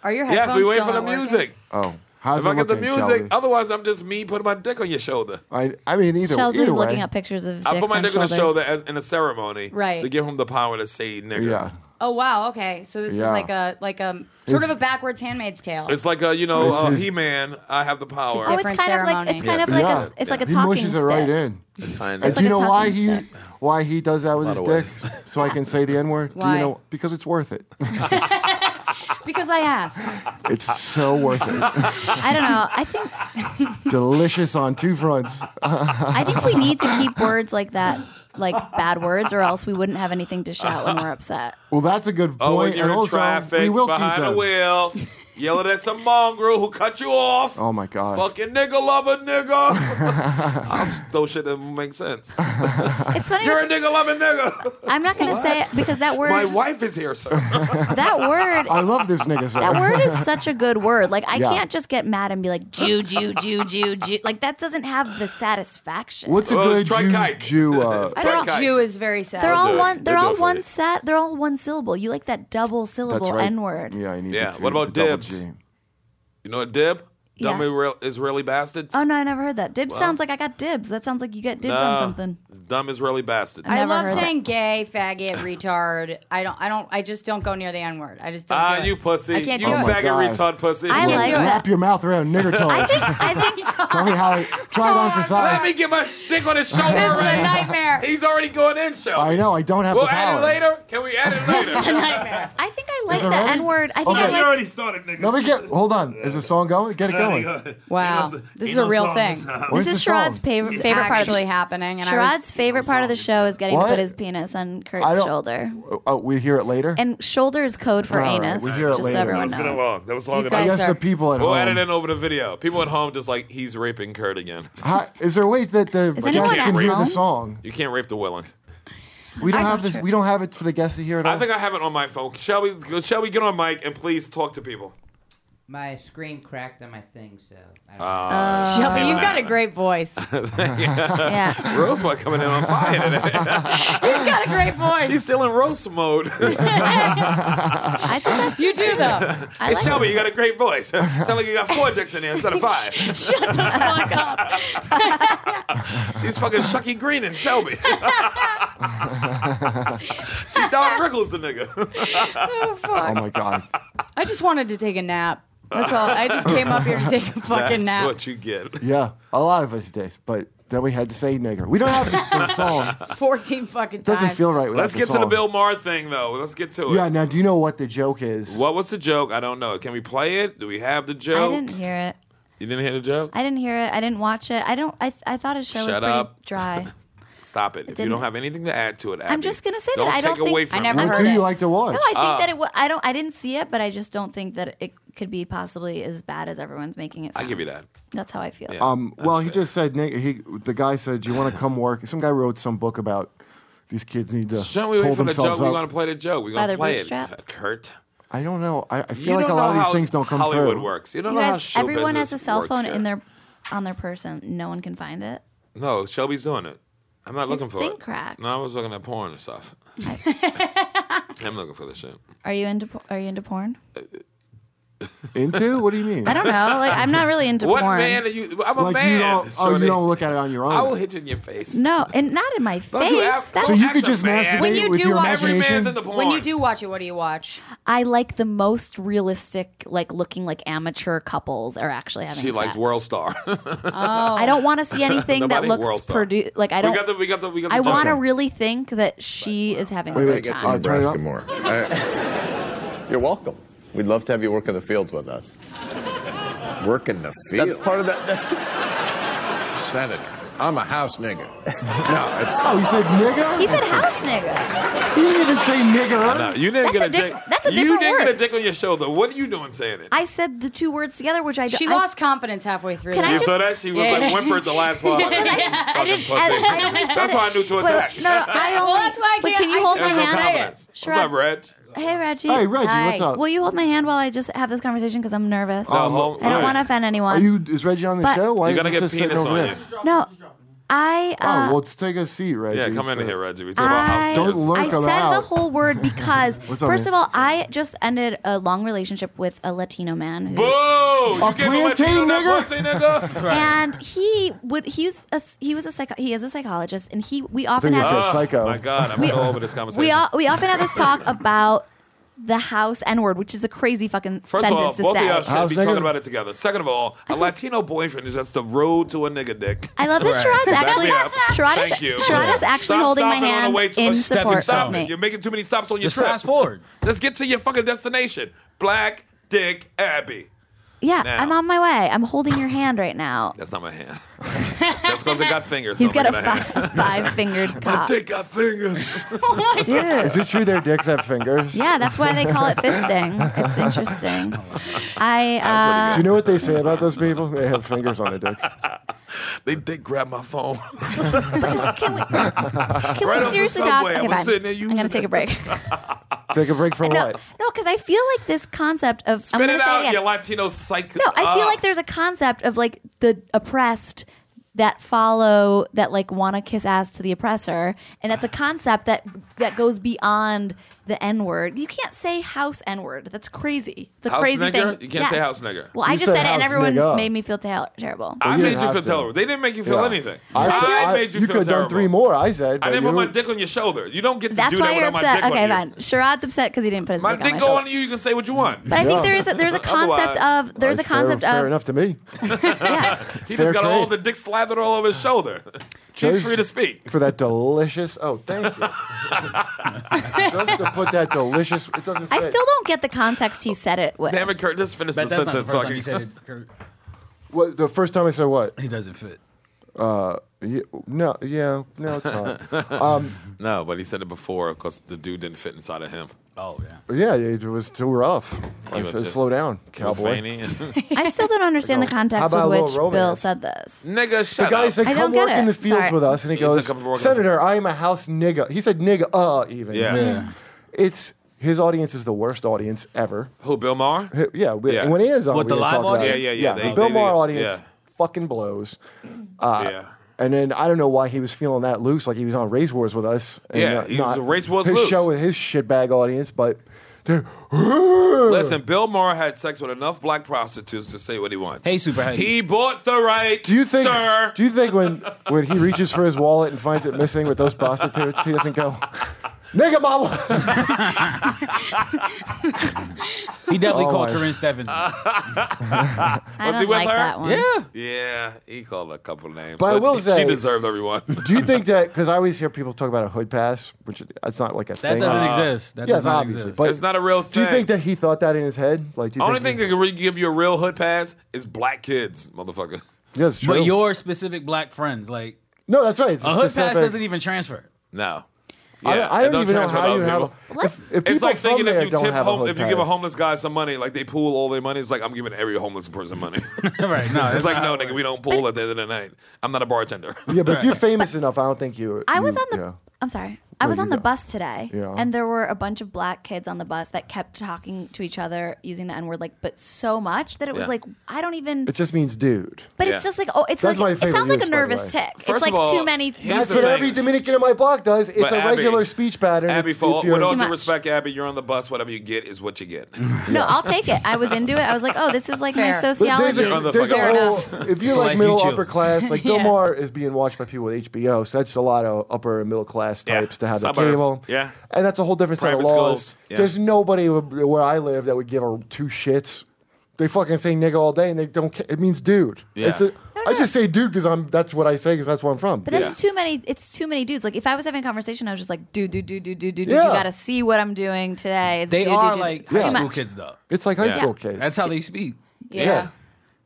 F: Are your headphones
B: yes, we wait
F: still
B: for the
F: not working?
B: music.
G: Oh, how's
B: If
G: it
B: I get the
G: looking,
B: music, oh.
G: Shelby?
B: otherwise I'm just me putting my dick on your shoulder.
G: I, I mean, either,
E: Sheldon's
G: either way.
E: looking up pictures of dicks
B: I put my
E: and
B: dick
E: shoulders.
B: on the shoulder as, in a ceremony,
F: Right.
B: to give him the power to say nigga.
G: Yeah.
F: Oh wow. Okay. So this
G: Yeah.
F: is like a like a sort of a backwards Handmaid's Tale.
B: It's like a you know
G: This
B: uh,
G: is-
B: He Man. I have the power.
E: Oh,
F: different
E: it's kind of like
F: ceremony.
E: it's kind of
G: Yeah.
E: like
G: Yeah.
E: a, it's like a
G: He
E: talking
G: mushes it right
E: stick.
G: in.
B: Kind
G: And
B: of.
E: It's
G: do you
E: like a
G: know why
E: talking
G: he
E: stick.
G: why he does that with
B: Lot
G: his
B: of
G: dicks? So I can say the N word. Do you
F: Why?
G: know? Because it's worth it.
F: because I asked.
G: It's so worth it.
E: I don't know. I think
G: Delicious on two fronts.
E: I think we need to keep words like that, like bad words, or else we wouldn't have anything to shout when we're upset.
G: Well, that's a good point.
B: Oh, when you're
G: and
B: in
G: also, we
B: traffic
G: will keep
B: behind the
G: them.
B: wheel, yelling at some mongrel who cut you off.
G: Oh my god.
B: Fucking nigga lover nigga. I'll throw shit that make sense.
E: It's funny.
B: You're a nigga loving nigga.
E: I'm not going to say it because that word,
B: My wife is here, sir.
E: that word,
G: I love this nigga. Sir.
E: that word is such a good word. Like I
G: Yeah.
E: can't just get mad and be like Jew, Jew, Jew, Jew, Jew. Like that doesn't have the satisfaction.
G: What's a
B: Well,
G: good
B: try
G: Jew?
B: kike.
G: Jew uh,
F: I think
B: Okay.
F: Jew is very sad.
E: They're all
B: it.
E: one. They're
B: They'll do
E: all
B: it for
E: one
B: you.
E: set. They're all one syllable. You like that double
G: that's
E: syllable
G: right.
E: N word.
G: Yeah, I need.
B: Yeah,
G: The two,
B: what about
G: the double
B: dibs?
G: G.
B: You know a dib? Dumb
E: Yeah.
B: Israel- Israeli bastards.
E: Oh no, I never heard that. Dibs sounds like I got dibs. That sounds like you got dibs on
B: Uh,
E: something.
B: Dumb Israeli bastards.
E: I
F: I
E: never
F: love
E: heard
F: saying gay, faggot, retard. I don't. I don't. I just don't go near the N word. I just don't.
B: Ah,
F: do it.
B: you pussy.
F: I can't
B: you
F: do
G: Oh my
B: faggot
G: God.
B: retard pussy.
E: I like
F: do it.
E: that.
G: Wrap your mouth around nigger
E: I
G: toe.
E: think I think
G: Tell me how it. Try it on for
B: Let me
G: size.
B: get my stick on his shoulder
F: This is a
B: already.
F: nightmare.
B: He's already going in, show.
G: I know. I don't have
B: We'll
G: the power.
B: add it later. Can we add it
F: This is a
B: later?
F: nightmare.
E: I think I like
G: it
E: the
G: ready?
E: N word. I think
G: Okay.
E: I like
H: started, nigga.
G: Let me get. Hold on. Is the song going? Get it going.
F: Wow. This is a real thing.
G: Where's
E: this is
G: the song?
E: Sharad's favorite
F: It's
E: favorite part of
F: actually
E: the
F: happening. And I
E: Sharad's
F: was,
E: favorite part of the show is getting
G: What?
E: to put his penis on
G: I
E: Kurt's
G: don't-
E: shoulder.
G: Oh, we hear it later.
E: And shoulder is code for
G: All right,
E: anus.
G: we hear it
E: just
G: later.
E: so everyone
H: That was
E: knows.
H: long. That was long
F: You
H: enough.
G: I
F: guys-
G: guess
F: Yes,
G: the
F: sir.
G: people at
B: We'll add it
G: home.
B: in over the video. People at home just like he's raping Kurt again.
G: Hi- is there a way that the
E: Is anyone
G: guests
E: at
G: can hear the
E: home?
G: song?
B: You can't rape the willing.
G: We don't have this. We don't have it for the guests to hear it.
B: I think I have it on my phone. Shall we? Shall we get on mic and please talk to people?
I: My screen cracked on my thing, so. I don't
F: Shelby, you've got a great voice. He's
E: Yeah.
B: Rosebud coming in on fire today.
F: got a great voice.
B: She's still in roast mode. hey,
E: I think that's
F: You do though.
E: I like
B: Shelby, you got a great voice. Sound like you got four dicks in there instead of five.
F: Shut the fuck up.
B: She's fucking Shucky Green and Shelby. she Don Rickles the nigga.
F: Oh,
G: Oh
F: fuck.
G: my god.
F: I just wanted to take a nap. That's all. I just came up here to take a
B: That's
F: fucking nap.
B: what you get.
G: Yeah, a lot of us did, but then we had to say nigger. We don't have this for the song. It
F: 14 fucking times.
G: doesn't feel right. without
B: Let's
G: the
B: get to the
G: song.
B: Bill Maher thing though. Let's get to it.
G: Yeah. Now, do you know what the joke is?
B: What was the joke? I don't know. Can we play it? Do we have the
E: I
B: joke?
E: didn't hear it.
B: you didn't hear the joke?
E: I didn't hear it. I didn't watch it. I don't. I, I thought his show was
B: Shut
E: pretty
B: up.
E: dry.
B: Stop it. If you
E: didn't.
B: don't have anything to add to it, Abby,
E: just gonna say that
B: don't
E: I don't
B: take away
E: think- I
B: from
F: never
B: it.
G: What
F: heard
G: do
F: it.
G: you like to watch?
E: No, I think that it. wa- I don't. I didn't see it, but I just don't think that it could be possibly as bad as everyone's making it.
B: I
E: Sound.
B: give you that.
E: That's how I feel.
G: um, well, he just said nigger. He, the guy said, "You want to come work?" Some guy wrote some book about these kids need to
B: Shall we
G: pull
B: wait for the
G: themselves
B: joke? We're
G: up.
B: gonna play the joke. We're gonna
E: their
B: play it.
E: bootstraps?
B: Kurt.
G: I don't know. I, I feel
B: You
G: like
B: don't
G: a
B: know
G: lot of
B: how
G: these things don't come
B: Hollywood
G: through.
B: works. You don't
E: You
B: know how
E: guys,
B: show
E: everyone has a
B: business
E: cell
B: works
E: phone in
B: here.
E: their on their person. No one can find it.
B: No, Shelby's doing it. I'm not looking for
E: thing
B: it.
E: cracked.
B: No, I was looking at porn and stuff. I'm looking for this shit.
E: Are you into por- Are you into porn?
G: Into? What do you mean?
E: I don't know. Like I'm not really into
B: What
E: porn.
B: man are you? I'm a
G: like
B: man.
G: you don't. Oh,
B: shorty.
G: you don't look at it on your own.
B: I will hit you in your face.
E: No, and not in my
B: Don't you
E: face.
B: act-
E: That's,
G: so you
B: Act
G: could
B: a
G: just
B: man.
G: masturbate
F: When you
G: with
F: do
G: your
F: watch-
G: imagination.
B: Every man's in the porn.
F: When you do watch it, what do you watch?
E: I like the most realistic, like looking like amateur couples are actually having.
B: She likes
E: sex.
B: World Star.
E: I don't want to see anything that
B: Nobody
E: looks
B: World Star.
E: produ- like I
B: we
E: don't.
B: got the. We got the. We got the.
E: I
B: joke.
E: want to really think that she is having a
G: Wait,
E: good
G: wait.
E: time.
G: Uh, turn it up.
J: More. You're welcome. We'd love to have you work in the fields with us.
D: Work in the field.
J: That's part of that. That's
D: Senator. I'm a house nigga. no, it's
G: Oh, he said nigger.
E: He said house nigga.
G: He didn't even say
B: No,
G: nigger.
B: you didn't
E: That's
B: get a,
E: a diff-
B: dick.
E: that's a
B: You
E: different
B: didn't get a
E: word.
B: dick on your shoulder. What are you doing saying it?
E: I said the two words together, which I don't.
F: She
E: I-
F: lost confidence halfway through.
E: Can I
F: that.
B: you
E: just-
B: saw that? She was
F: Yeah.
B: like whimpered the last part. Like, fucking pussy.
E: I didn't say
B: that's why I knew to
E: But-
B: attack.
E: no, no, I only,
F: Well, that's why I
E: But
F: can't-
E: can you
F: I
E: hold Oh, my
B: There's no
F: can't say
E: hand?
F: it.
B: confidence. What's up,
E: Shrug.
B: Reg?
E: Hey, Reggie.
G: Hey, Reggie, what's
E: Hi.
G: up?
E: Will you hold my hand while I just have this conversation? Because I'm nervous.
B: No, hold-
E: I don't
B: wait.
E: want to offend anyone.
G: Are you? Is Reggie on the
E: But-
G: show? Why
B: You
G: is
B: gotta
G: he
B: get
G: just sitting
B: penis
G: over
B: on
G: there?
B: you.
E: no, I. Uh,
G: Oh, well, let's take a seat, Reggie.
B: Yeah, come in
G: instead.
B: here, Reggie. We talk about house
E: I-
G: Don't
B: niggas.
G: lurk
E: I said
G: about.
E: the whole word because,
G: What's up,
E: first
G: man?
E: of all, I just ended a long relationship with a Latino man. Who,
B: Boo! You
G: A
B: gave a Latino
G: plantain,
B: that
G: nigga?
B: pussy, nigga.
E: and he would he's a he was a psycho, he is a psychologist, and he we often
G: think he
E: have
G: said
E: this-
G: psycho.
B: My God, I'm so over this conversation.
E: we all, we often have this talk about the house N word, which is a crazy fucking
B: First of
E: sentence
B: all,
E: to
B: both of
E: say.
B: y'all should
G: House
B: be
G: niggas-
B: talking about it together. Second of all, a Latino boyfriend is just the road to a nigga dick.
E: I love that Sherrod's actually
B: Back me up.
E: Sherrod
B: Thank you.
E: is, Sherrod is actually
B: Stop
E: holding my
B: stopping on the
E: hand
B: way to
E: in
B: a
H: step
E: support
B: Stop
E: of
H: yourself.
E: me.
B: it. You're making too many stops on your
H: Just
B: trip.
H: fast forward.
B: Let's get to your fucking destination. Black Dick Abbey.
E: Yeah,
B: now.
E: I'm on my way. I'm holding your hand right now.
B: That's not my hand. Just because it got fingers.
E: He's
B: don't
E: got a
B: make it hand.
E: five fingered
B: My
E: cock.
B: dick got fingers.
E: Dude.
G: Is it true their dicks have fingers?
E: Yeah, that's why they call it fisting. It's interesting. I
B: That was
E: uh,
G: Do you know what they say about those people? They have fingers on their dicks.
B: They dick grabbed my phone.
E: uh, can we, can
B: Right
E: we
B: off the
E: seriously talk?
B: subway, I
E: Okay,
B: was
E: fine.
B: sitting there
E: I'm
B: using
E: gonna take a break.
G: Take a break for
E: no,
G: what?
E: no, because I feel like this concept of I'm
B: Spit
E: gonna
B: it
E: say it
B: out,
E: again.
B: you Latino psycho.
E: No, I feel
B: Ah.
E: like there's a concept of like the oppressed that follow that like want to kiss ass to the oppressor, and that's a concept that that goes beyond the N word. You can't say house N word. That's crazy. It's a
B: House
E: crazy
B: nigger?
E: thing.
B: You can't say house nigger.
E: Well, I
G: You
E: just
G: said
E: said it, and
G: house
E: everyone
G: nigga.
E: made me feel ta- terrible.
B: I
G: you
B: made
G: didn't
B: you
G: have
B: feel
G: to.
B: terrible. They didn't make you feel
G: Yeah.
B: anything.
G: I, feel-
B: I,
G: I-
B: made you,
G: you
B: feel
G: could have
B: terrible.
G: done three more. I said.
B: I
G: but
B: didn't want
G: you-
B: my dick on your shoulder. You don't get to
E: That's
B: do that
E: why you're
B: without my
E: upset.
B: dick on
E: Okay,
B: you.
E: fine. Sherrod's upset because he didn't put his
B: My
E: dick on my
B: dick go
E: shoulder.
B: on you. You can say what you want.
E: But I
G: Yeah.
E: think there is a, there's a concept
B: Otherwise-
E: of there's a
G: Fair-
E: concept
G: fair,
E: of
G: enough to me.
E: yeah.
B: He just
G: Fair
B: got all
G: trade.
B: the dick slathered all over his shoulder. He's
G: Joe's-
B: free to speak.
G: for that delicious. Oh, thank you. Just to put that delicious. It doesn't. Fit.
E: I still don't get the context he said it with.
B: Damn it, Kurt, just finish the
H: But that's not the
B: sentence.
H: first
B: so I
H: time
B: can-
H: you said it, Kurt.
G: What, the first time I said what?
H: He doesn't fit.
G: Yeah, no, yeah, no, it's not.
B: No, but he said it before because the dude didn't fit inside of him.
H: Oh yeah.
G: yeah, it was too rough. I
B: was
G: said,
B: just-
G: slow down,
B: He was
G: cowboy.
B: veiny.
E: I still don't understand the
G: oh, How
E: context
G: about
E: with
G: a little
E: which Bill
G: romance?
E: said this.
B: Nigga, shut
G: The guy
B: up.
G: said,
E: I
G: "Come
E: don't
G: work
E: get
G: in the
E: it.
G: fields
E: Sorry.
G: with us," and he
B: He said,
G: goes,
B: "Come work in the
G: "Senator, I am a house nigga." He said, "Nigga," uh, even.
B: yeah.
G: It's his audience is the worst audience ever.
B: Who, Bill Maher?
G: H- Yeah, we-
B: Yeah.
G: when he is on,
H: What,
G: we
H: the
G: can
H: live
G: talk about
H: audience?
G: it.
B: Yeah, yeah, yeah,
G: the
B: they-
G: Bill
B: they-
G: Maher
B: they-
G: audience
B: yeah.
G: fucking blows.
B: yeah.
G: And then I don't know why he was feeling that loose, like he was on Race Wars with us. and
B: Yeah,
G: not-
B: he was
G: not
B: Race Wars
G: his
B: loose.
G: show with his shitbag audience, but they're
B: Listen, Bill Maher had sex with enough black prostitutes to say what he wants.
H: Hey, Superhead.
B: He bought the right.
G: Do you think?
B: sir?
G: Do you think when when he reaches for his wallet and finds it missing with those prostitutes, he doesn't go, "Nigga, mama."
H: He definitely
G: Oh,
H: called
G: my-
H: Corinne Stephens.
E: I
B: he
E: don't
B: with
E: like
B: her?
E: that one.
H: yeah.
B: yeah, he called a couple names.
G: But I will
B: she
G: say-
B: deserved everyone.
G: Do you think that? Because I always hear people talk about a hood pass, which it's not like a
H: That
G: thing.
H: doesn't
G: Uh,
H: exist. That
G: yes,
H: does not
G: obviously,
H: exist.
G: but
B: It's not a real
G: Do you
B: thing.
G: think that he thought that in his head? Like, do you
B: Only thing
G: think?
B: that can really give you a real hood pass is black kids, motherfucker.
G: yes, true.
H: but your specific black friends, like
G: no, that's right. It's
H: a hood
G: specific-
H: pass doesn't even transfer.
B: No. Yeah,
G: I don't, I
B: and
G: don't even know
B: transfer to
G: how you
B: other
G: have.
B: people.
G: A, if, if people
B: It's like
G: from
B: thinking
G: there
B: if you
G: don't
B: tip
G: have
B: home,
G: hood
B: if you give a
G: pass.
B: homeless guy some money, like they pool all their money. It's like I'm giving every homeless person money.
H: right. No,
B: it's
H: that's
B: like
H: not
B: no,
H: how it
B: nigga, we don't pool at the end of the night. I'm not a bartender.
G: Yeah, but if you're famous enough, I don't think you.
E: I was
G: you-
E: on the.
G: yeah.
E: I'm sorry. I
G: No,
E: was
G: you
E: on the
G: go.
E: bus today,
G: Yeah.
E: and there were a bunch of black kids on the bus that kept talking to each other using the N word, like, but so much that it was
B: Yeah.
E: like I don't even.
G: It just means dude.
E: but
B: Yeah.
E: it's just like oh, it's
G: That's my
E: like it
G: favorite
E: sounds like
G: use,
E: a
G: by the
E: nervous
G: way.
E: tick.
B: First
E: it's like
B: of all,
E: too many.
B: here's
G: That's
B: the
G: what
B: thing.
G: every Dominican in my block does. It's
B: But
G: a
B: Abby-
G: regular speech pattern.
B: Abby,
G: It's-
B: for all-
G: if you're-
B: with all
E: Too
B: due
E: much.
B: respect, Abby, you're on the bus. Whatever you get is what you get.
E: No, I'll take it. I was into it. I was like, oh, this is like my
F: Fair. But
G: But there's
E: sociology.
B: on
G: a,
B: the
G: there's a
B: fucking-
G: whole, if you're
H: the
G: like
H: life
G: middle
H: you choose.
G: upper class, like Bill
F: Yeah.
G: Maher is being watched by people with HBO, so that's a lot of upper and middle class
B: Yeah.
G: types to have the
B: Suburbs.
G: cable.
B: Yeah.
G: and that's a whole different set of
B: Private
G: laws.
B: schools. Yeah.
G: There's nobody w- where I live that would give a two shits. They fucking say nigga all day, and they don't. Ca- it means dude.
B: Yeah.
G: It's a- I just say dude because I'm. That's what I say because that's where I'm from.
E: But
B: Yeah.
E: that's too many. It's too many dudes. Like if I was having a conversation, I was just like, dude, dude, dude, dude, dude, dude. dude.
G: Yeah.
E: You got to see what I'm doing today. It's
H: They
E: dude,
H: are
E: dude, dude.
H: like
E: It's
H: high
E: too
H: school
E: much.
H: kids though.
G: It's like high
B: Yeah.
G: school kids.
H: That's how they speak.
F: Yeah.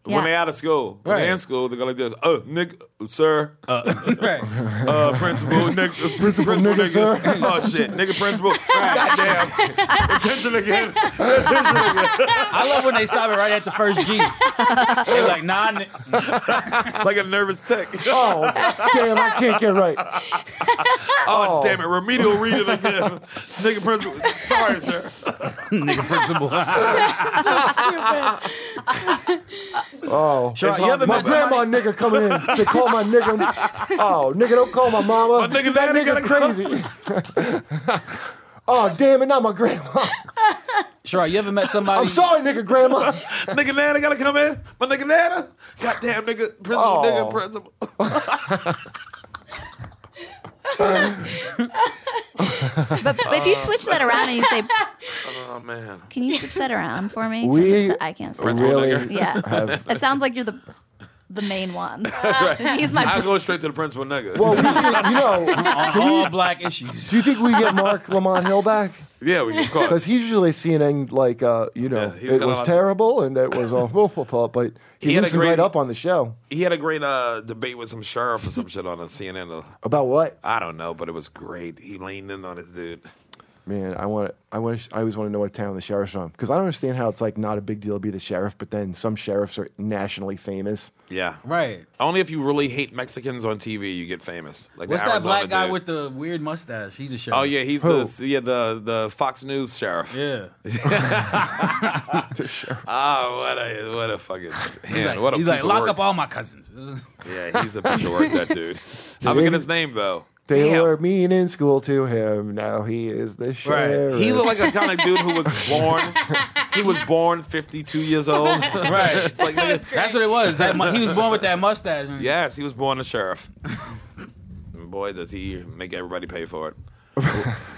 B: When
E: Yeah.
B: they out of school, when they
H: Right.
B: in school, they go like this: "Uh, nigga, sir, uh,
H: right.
B: principal, nigga, principal,
G: nigga, sir.
B: oh shit, nigga, principal, goddamn, attention again."
H: I love when they stop it right at the first G. They're like, nah, ni-
B: It's like a nervous tick.
G: Oh damn! I can't get right.
B: Oh, damn it, remedial reading again, nigga, principal. Sorry, sir.
H: nigga principal.
G: Oh,
H: you ever
G: my
H: met somebody-
G: grandma nigga coming in. They call my nigga. Oh, nigga, don't call my mama.
B: My nigga
G: that
B: daddy
G: nigga
B: gotta
G: crazy. oh damn it! Not my grandma.
H: Sure, you ever met somebody?
G: I'm sorry, nigga, grandma.
B: Nigga Nana gotta come in. My nigga Nana. Goddamn nigga. Principal
G: Oh.
B: nigga principal.
E: But, but if you switch that around and you say,
B: Oh man.
E: can you switch that around for me? 'Cause
G: We
E: it's- I can't. Switch.
G: really
E: Yeah.
G: have.
E: It sounds like you're the the main one. He's my.
B: I go straight to the principal nigga.
G: Well, Oh, we should, you know.
H: on all black issues.
G: Do you think we get Mark Lamont Hill back?
B: yeah, we, of
G: Because
B: course.
G: he's usually CNN like uh, you know
B: Yeah, he's
G: it
B: got a
G: was
B: lot-
G: terrible and it was awful, but he,
B: He had a
G: loosened
B: great-
G: right up on the show
B: He had a great uh, debate with some sheriff or some shit on a CNN. uh,
G: about what
B: I don't know, but it was great. He leaned in on his dude.
G: Man, I want I want I always want to know what town the sheriff's from because I don't understand how it's like not a big deal to be the sheriff, but then some sheriffs are nationally famous.
B: Yeah.
H: Right.
B: Only if you really hate Mexicans on TV, you get famous. Like
H: What's
B: the
H: that
B: Arizona
H: black guy
B: dude.
H: with the weird mustache? He's a sheriff.
B: Oh yeah, he's
G: Who?
B: the yeah the the Fox News sheriff.
H: Yeah.
B: Ah, what a what a fucking
H: He's
B: man,
H: like,
B: what a
H: he's
B: piece
H: like
B: of
H: lock
B: work."
H: up all my cousins.
B: Yeah, he's a piece of work. That dude. I forget his name though.
G: They
B: Damn.
G: were mean in school to him. Now he is the sheriff.
B: He looked like a kind of dude who was born. He was born 52 years old.
H: Right.
B: It's like, nigga,
H: That's what it was. That mu- he was born with that mustache. and-
B: yes, he was born a sheriff. And Boy, does he make everybody pay for it.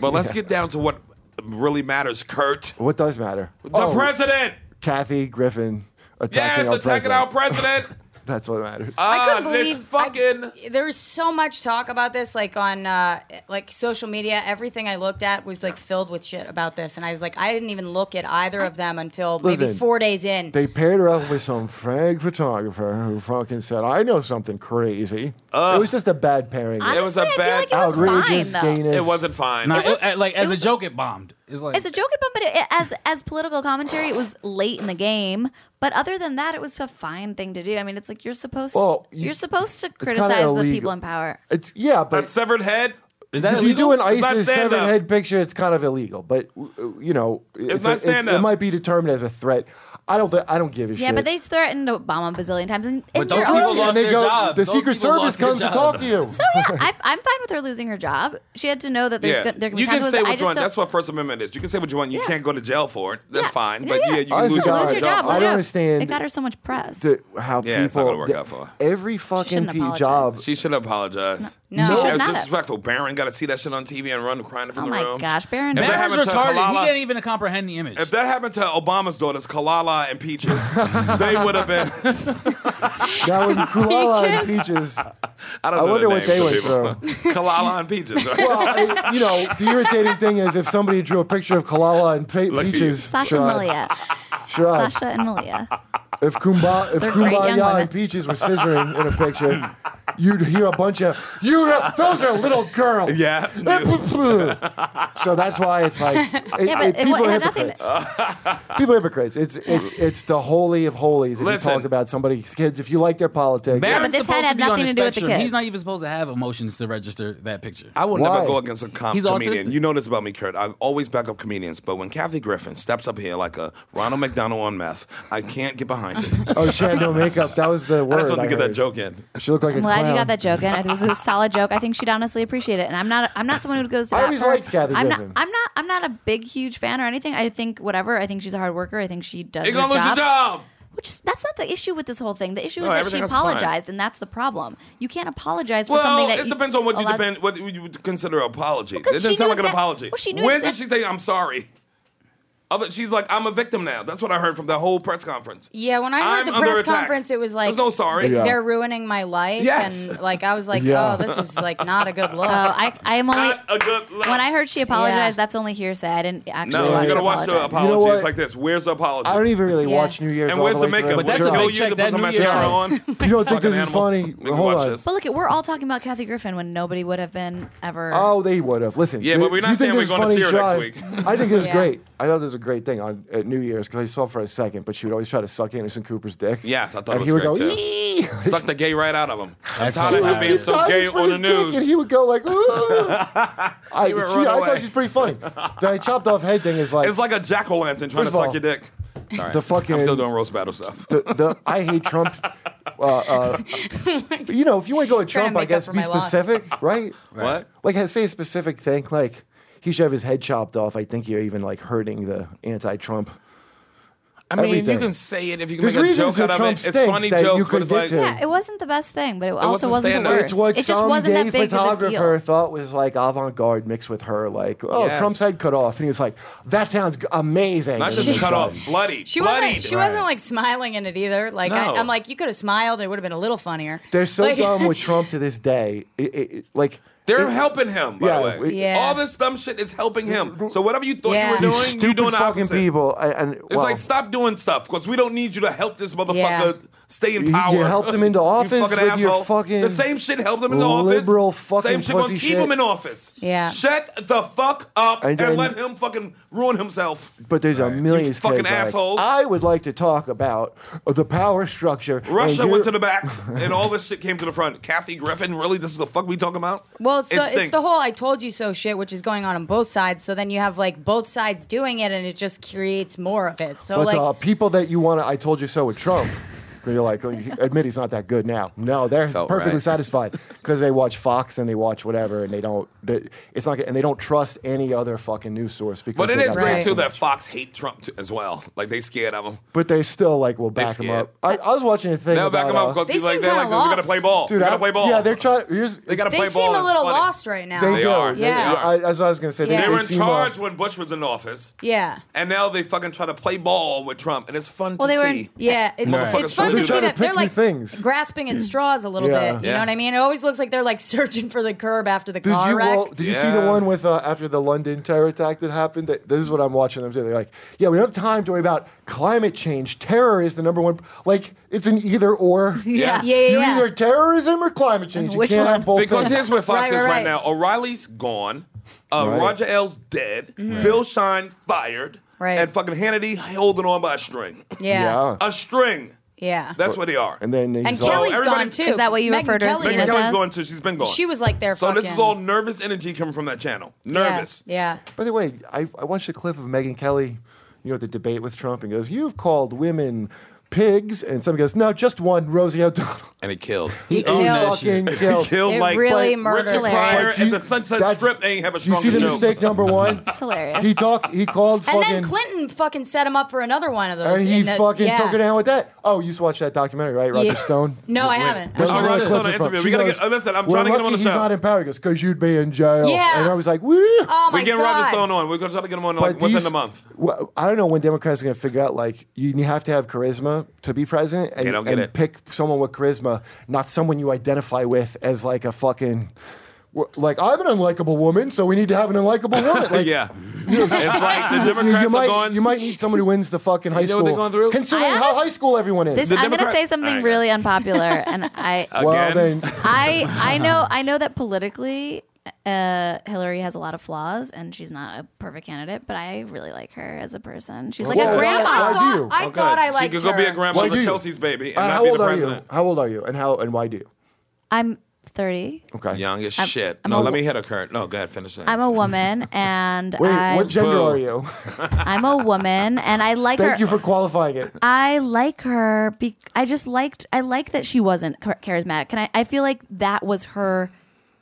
B: But let's get down to what really matters, Kurt.
G: what does matter?
B: The president.
G: Kathy Griffin attacking
B: Yes,
G: Oh. our
B: attacking
G: president.
B: our president.
G: That's what matters.
F: I couldn't
B: Ah,
F: believe
B: this fucking.
F: I, there was so much talk about this, like on uh, like social media. Everything I looked at was like filled with shit about this, and I was like, I didn't even look at either of them until maybe
G: Listen,
F: four days in.
G: they paired her up with some frag photographer who fucking said, "I know something crazy." it was just a bad pairing.
E: Honestly,
B: was a
E: I feel
B: bad-
E: like it was
G: outrageous
E: fine though.
G: gayness.
B: It wasn't fine.
H: Nah,
B: It was-
H: it- uh, like as
E: was-
H: a joke, it bombed. It's like
E: It's a joke, but it, it- as as political commentary, it was late in the game. But other than that, it was a fine thing to do. I mean, it's like you're supposed
G: Well, you-
E: you, are supposed to
G: kinda
E: criticize the
G: illegal.
E: people in power.
G: It's yeah,
B: that
G: but
B: severed head.
H: is that
G: if you do
H: illegal?
G: an
B: not
G: ISIS
B: stand-up.
G: seven head picture, it's kind of illegal. But w- w- you know, it's
B: not
G: a-
B: stand-up.
G: It might be determined as a threat. I don't. Th- I don't give a shit.
E: Yeah, but they threatened Obama a bazillion times, and,
H: But
E: and
H: those
E: they're
H: people
E: all-
G: And
H: lost
G: they
H: their
G: go,
H: job.
G: The
H: Those
G: Secret
H: people lost
G: Service
H: their
G: comes to
H: job.
G: talk to you.
E: So yeah, I, I'm fine with her losing her job. She had to know that there's
B: Yeah,
E: gonna, there can be
B: you can
E: times
B: say
E: when I
B: what
E: just
B: you want.
E: don't-
B: That's what First Amendment is. You can say what you want. You
E: Yeah.
B: can't go to jail for it. That's
E: Yeah.
B: fine.
E: Yeah,
B: But
E: yeah.
B: yeah, you can
G: Honest
B: lose
G: to
B: your
G: God,
E: lose your job.
B: job.
G: I
E: lose
G: don't
E: your-
G: understand
E: It got her so much press.
G: the- how
B: Yeah, it's not
G: people.
B: gonna work
G: the-
B: out for her.
G: Every
E: shouldn't
G: fucking P
E: apologize.
G: job.
B: She should apologize.
F: No. She should
B: it was
E: not have.
B: disrespectful. Baron got to see that shit on TV and run crying from
E: Oh
B: the
E: my
B: room.
E: gosh, Baron.
B: If that
H: Baron's
B: happened to
H: retarded. He
B: Malala-
H: can't even comprehend the image.
B: If that happened to Obama's daughters, Kalala and Peaches, they would have been.
G: Now when Kulala and Peaches,
B: I don't
G: I
B: know
G: wonder
B: the
G: what
B: names
G: they
B: of
G: went
B: people. Kalala and Peaches. Right?
G: well, I- you know, the irritating thing is if somebody drew a picture of Kalala and Pe-
B: at you.
G: Peaches,
E: Sasha
G: Sharad,
E: and Malia.
G: Sharad,
E: Sasha and Malia.
G: if Kumba, if
E: They're great young
G: Kumbaya
E: women.
G: and Peaches were scissoring in a picture, you'd hear a bunch of you. know, Those are little girls.
B: Yeah.
G: so that's why it's like it-
E: Yeah, but
G: it-
E: it
G: people are
E: had nothing-
G: hypocrites. people are hypocrites. It's it's it's the holy of holies. If
B: Listen.
G: you talk about somebody's kids, if you like their politics,
H: Baron's
E: this
H: supposed
E: had-
H: to
E: had
H: be on
E: nothing
H: the
E: to do with the
H: spectrum.
E: kids.
H: He's not even supposed to have emotions to register that picture.
B: I will never
G: Why?
B: go against a com-
H: He's
B: comedian.
H: autistic.
B: You know this about me, Kurt. I always back up comedians, but when Kathy Griffin steps up here like a Ronald McDonald on meth, I can't get behind it.
G: oh, she had no makeup. That was the
B: I
G: word.
B: just want to
G: I
B: get that
G: heard.
B: joke in.
G: She looked like a
E: I'm glad you
G: clown.
E: got that joke in. It was a solid joke. I think she'd honestly appreciate it. And I'm not I'm not someone who goes to
G: I
E: bat
G: always
E: for-
G: liked Kathy
E: I'm
G: Griffin.
E: not I'm not I'm not a big huge fan or anything. I think whatever. I think she's a hard worker. I think she does
B: You're
E: her
B: gonna lose your job.
E: Which is that's not the issue with this whole thing. The issue
B: No,
E: is that
B: everything
E: she
B: else is fine.
E: apologized and that's the problem. You can't apologize for
B: Well,
E: something that
B: it
E: you
B: depends on what you
E: allowed-
B: depend what you would consider an apology. it
E: because
B: doesn't
E: she
B: sound
E: knew
B: like an
E: exact-
B: apology.
E: well, she knew
B: when
E: exact-
B: did she say I'm sorry? Other- She's like, I'm a victim now. That's what I heard from the whole press conference.
F: yeah, when I
B: I'm
F: heard the
B: under
F: press
B: attack.
F: conference, it was
B: I'm
F: like
B: so sorry.
F: th-
G: Yeah.
F: they're ruining my life,
B: Yes.
F: and like I was like,
G: Yeah.
F: oh, this is like not a good look.
E: Oh, I I am only
B: Not a good look.
E: when I heard she apologized,
F: Yeah.
E: that's only hearsay. I didn't actually.
B: no,
E: watch
B: you
E: her
B: gotta watch the
E: apologize.
B: apology.
G: You know what?
B: it's like this. Where's the apology?
G: I don't even really
F: Yeah.
G: watch New Year's.
B: and
G: all
B: where's
G: the
B: the
G: way through.
B: makeup?
H: But that's
B: What's your
H: a big
B: bill you
H: check.
B: to
H: That
B: put some
H: New Year's-
B: mascara on?
G: You don't think this is
B: animal.
G: funny?
B: Make me
G: Hold
B: watch
G: on.
B: this.
E: But look, we're all talking about Kathy Griffin when nobody would have been ever.
G: Oh, they would have. Listen.
B: Yeah,
G: th-
B: but we're not
G: you think
B: saying we're
G: this
B: gonna see
G: funny
B: her next
G: shot-
B: week.
G: I think it was
F: Yeah.
G: great. I thought this was a great thing on at New Year's because I saw for a second, but she would always try to suck Anderson Cooper's dick.
B: Yes, I thought
G: and
B: it
G: he
B: was
G: would
B: great
G: go.
B: too.
G: "Eee."
B: Suck the gay right out of him. I'm
H: That's
B: tired of him
H: hilarious.
B: being so
G: He's
B: gay
G: diving for
B: on the
G: his dick, and
B: news.
G: he would go like, "Ooh." I,
B: would
G: she-
B: run
G: I
B: away.
G: thought she's pretty funny. The chopped off head thing is like,
B: It's like a jack o' lantern trying
G: First
B: to
G: of
B: suck
G: all,
B: your dick. Sorry,
G: the fucking-
B: I'm still doing roast battle stuff.
G: the, the I hate Trump. Uh, uh, you know, if you want to go with
F: Trying to
G: Trump, I
F: make up
G: guess
F: for
G: be
F: my loss.
G: specific, right?
B: What?
G: Like, say a specific thing. Like, he should have his head chopped off. I think you're even like hurting the anti-Trump.
B: I mean, you
G: Everything.
B: can say it if you can
G: There's
B: make a
G: reasons
B: joke out
G: that
B: of
G: Trump
B: it. It's
G: stinks
B: funny
G: that you
B: jokes, but
G: could
B: it's
G: get
B: like
G: to.
E: yeah, it wasn't the best thing, but it, also
B: wasn't
E: wasn't the
B: stand-up.
E: worst.
G: It's what
E: it just
G: some
E: wasn't
G: gay
E: that big of a
G: photographer
E: deal.
G: thought was like avant-garde mixed with her, like, oh,
B: Yes.
G: Trump's head cut off, and he was like, that sounds g- amazing.
B: not
G: And
B: just
G: then
B: cut
G: done.
B: off, bloody,
F: She
B: bloody.
F: wasn't. She wasn't like smiling in it either. Like
B: No.
F: I, I'm like, you could have smiled. It would have been a little funnier.
G: They're so
F: Like-
G: dumb with Trump to this day. It- it- it- like,
B: They're
G: it-
B: helping him, by
G: Yeah,
B: the way.
G: we-
F: Yeah.
B: All this dumb shit is helping him. So whatever you thought
F: Yeah.
B: you were
G: these
B: doing,
G: stupid
B: you're doing the
G: fucking
B: opposite.
G: people. And, and,
B: It's
G: well,
B: like stop doing stuff because we don't need you to help this motherfucker
F: Yeah.
B: stay in
G: You- you
B: power.
G: helped him into
B: You
G: office
B: fucking
G: with your
B: asshole.
G: fucking
B: the same shit helped him into office.
G: liberal fucking
B: same shit gonna
G: pussy
B: keep
G: shit.
B: him in office.
F: Yeah.
B: shut the fuck up and,
G: And then-
B: let him fucking ruin himself.
G: But there's a million
B: You fucking
G: kids, like,
B: assholes.
G: I would like to talk about the power structure. and
B: Russia
G: you're-
B: went to the back, and all this shit came to the front. Kathy Griffin, really? This is the fuck we talking about?
F: Well, it's
B: It
F: the, it's
B: stinks.
F: the whole "I told you so" shit, which is going on on both sides. So then you have like both sides doing it, and it just creates more of it. So
G: But
F: like,
G: uh, people that you want to, I told you so with Trump. You're like, admit he's not that good now. No, they're
B: Felt
G: perfectly
B: right.
G: satisfied because they watch Fox and they watch whatever, and they don't. They, it's not, and they don't trust any other fucking news source because.
B: But it
G: they
B: is
G: got
B: weird
G: paid so
B: too
G: much.
B: that Fox hate Trump too, as well. Like they scared of him.
G: But they still like will back him
B: scared.
G: up. I, I was watching a thing.
B: They'll
G: about,
B: back him up
G: uh,
B: because
F: They
B: he's like
F: seem
B: they're like
F: kinda
B: we gotta
F: lost.
B: play ball.
G: dude,
B: we gotta
G: I-
B: play ball.
G: Yeah, they're trying. Here's,
B: They gotta
F: They
B: play
F: seem
B: ball.
F: a
B: It's
F: little
B: funny.
F: lost right now.
G: They,
B: They
G: do.
B: are.
G: They,
F: Yeah.
G: I, that's what I was gonna say.
F: Yeah.
B: They were in
G: seem, uh,
B: charge when Bush was in office.
F: Yeah.
B: And now they fucking try to play ball with Trump, and it's fun
F: Well,
B: to
F: they were.
B: see.
F: In, yeah, it's,
B: Motherfuckers
F: it's fun
B: trying to
F: to
B: do
F: see
G: that.
F: that they're
G: Pick new
F: like
G: things.
F: grasping at straws a little
G: Yeah.
F: bit. You
B: Yeah.
F: know what I mean? It always looks like they're like searching for the curb after the
G: Did
F: car
G: you
F: wreck.
G: well, did you see the
B: Yeah.
G: one with uh, after the London terror attack that happened? That this is what I'm watching them do. They're like, yeah, we don't have time to worry about climate change. Terror is the number one. Like it's an either or.
B: Yeah.
E: Yeah.
F: yeah,
G: you
F: yeah,
G: either
F: yeah.
G: terrorism or climate change. You
E: Which
G: can't
E: one?
G: have both.
B: Because
G: things.
B: here's where Fox
F: Right,
B: is
F: right,
B: right,
F: right.
B: now. O'Reilly's gone. Uh,
G: Right.
B: Roger L's dead. Bill Shine fired.
F: Mm-hmm. Right.
B: And fucking Hannity holding on by a string.
F: Yeah.
G: Yeah.
B: A string.
F: Yeah.
B: That's where they are.
G: And then he's
F: And
G: all-
F: Kelly's gone
B: everybody's-
F: too.
E: Is that what you
F: Megyn
E: referred to as
F: Kelly
B: Megyn
E: Venus
B: Kelly's
E: has?
B: going too. She's been gone.
F: She was like there
B: So this is
F: fucking-
B: all nervous energy coming from that channel. Nervous.
F: Yeah.
G: By the way, I, I watched a clip of Megan Kelly, you know, at the debate with Trump, and goes, "You've called women pigs," and somebody goes, "No, just one, Rosie O'Donnell."
B: And it killed.
G: He
F: killed.
G: fucking killed.
B: Oh, Killed
F: It
B: like
F: really
B: Richard
F: murdered.
B: Pryor
G: But do
B: and
G: you-
B: the Sunset
G: that's-
B: Strip. They ain't have a
G: Do you
B: stronger
G: see the
B: joke.
G: mistake number one?
E: It's hilarious.
G: He talked. He called
F: And
G: fucking.
F: then Clinton fucking set him up for another one of those.
G: And he
F: in the-
G: fucking
F: yeah.
G: took her down with that. Oh, you just watched that documentary, right? Roger
F: Yeah.
G: Stone.
F: No, I
G: Wait,
F: haven't.
G: this
F: I
G: is
F: haven't.
G: where
B: Roger
G: the
B: Stone
G: clip is
B: on
G: from.
B: interview.
G: She
B: We gotta
G: goes,
B: get- uh, listen, I'm
G: "We're
B: trying to get him on
G: lucky
B: the
G: He's
B: show."
G: not in power. He goes, "Cause you'd be in jail."
F: Yeah.
G: And I was like, "Woo!"
F: Oh my
B: we get
F: god.
B: Roger Stone on. We're gonna try to get him on like
G: But
B: within
G: these-
B: a month.
G: Well, I don't know when Democrats are going to figure out like you you have to have charisma to be president, and,
B: They don't get
G: and
B: it.
G: pick someone with charisma, not someone you identify with as like a fucking. w- Like I'm an unlikable woman, so we need to have an unlikable woman. Like,
B: yeah. it's like the
G: You,
B: Democrats
G: you might,
B: are going.
G: you might need someone who wins the fucking high
B: You know
G: school.
B: what they're going through?
G: Considering
E: I
G: how
E: honest-
G: high school everyone is.
E: This,
B: The
E: I'm going to
B: Democrat-
E: say something
B: Alright.
E: really unpopular, and I
G: well,
B: Again?
G: then
E: I I know I know that politically, uh, Hillary has a lot of flaws, and she's not a perfect candidate. But I really like her as a person. She's like
G: Whoa,
E: a
G: whoa, whoa,
E: grandma.
F: I
G: why do
F: thought
G: you?
E: Oh,
F: I, thought I
B: she
F: liked
B: could go be a
F: her.
B: grandma
G: Why do
B: for
G: you?
B: Chelsea's baby and
G: Uh,
B: not
G: how
B: be
G: old
B: the
G: are you?
B: president.
G: How old are you? And how and why do you?
E: I'm 30.
G: Okay.
B: Young as
E: I'm-
B: shit.
E: I'm
B: no,
E: a-
B: let me hit her, Kurt. No, go ahead, finish that.
E: I'm a woman, and
G: Wait,
E: I,
G: what gender
B: Boo.
G: are you?
E: I'm a woman, and I like her.
G: Thank you for qualifying it.
E: I like her. Be- I just liked. I like that she wasn't char- charismatic. Can I? I feel like that was her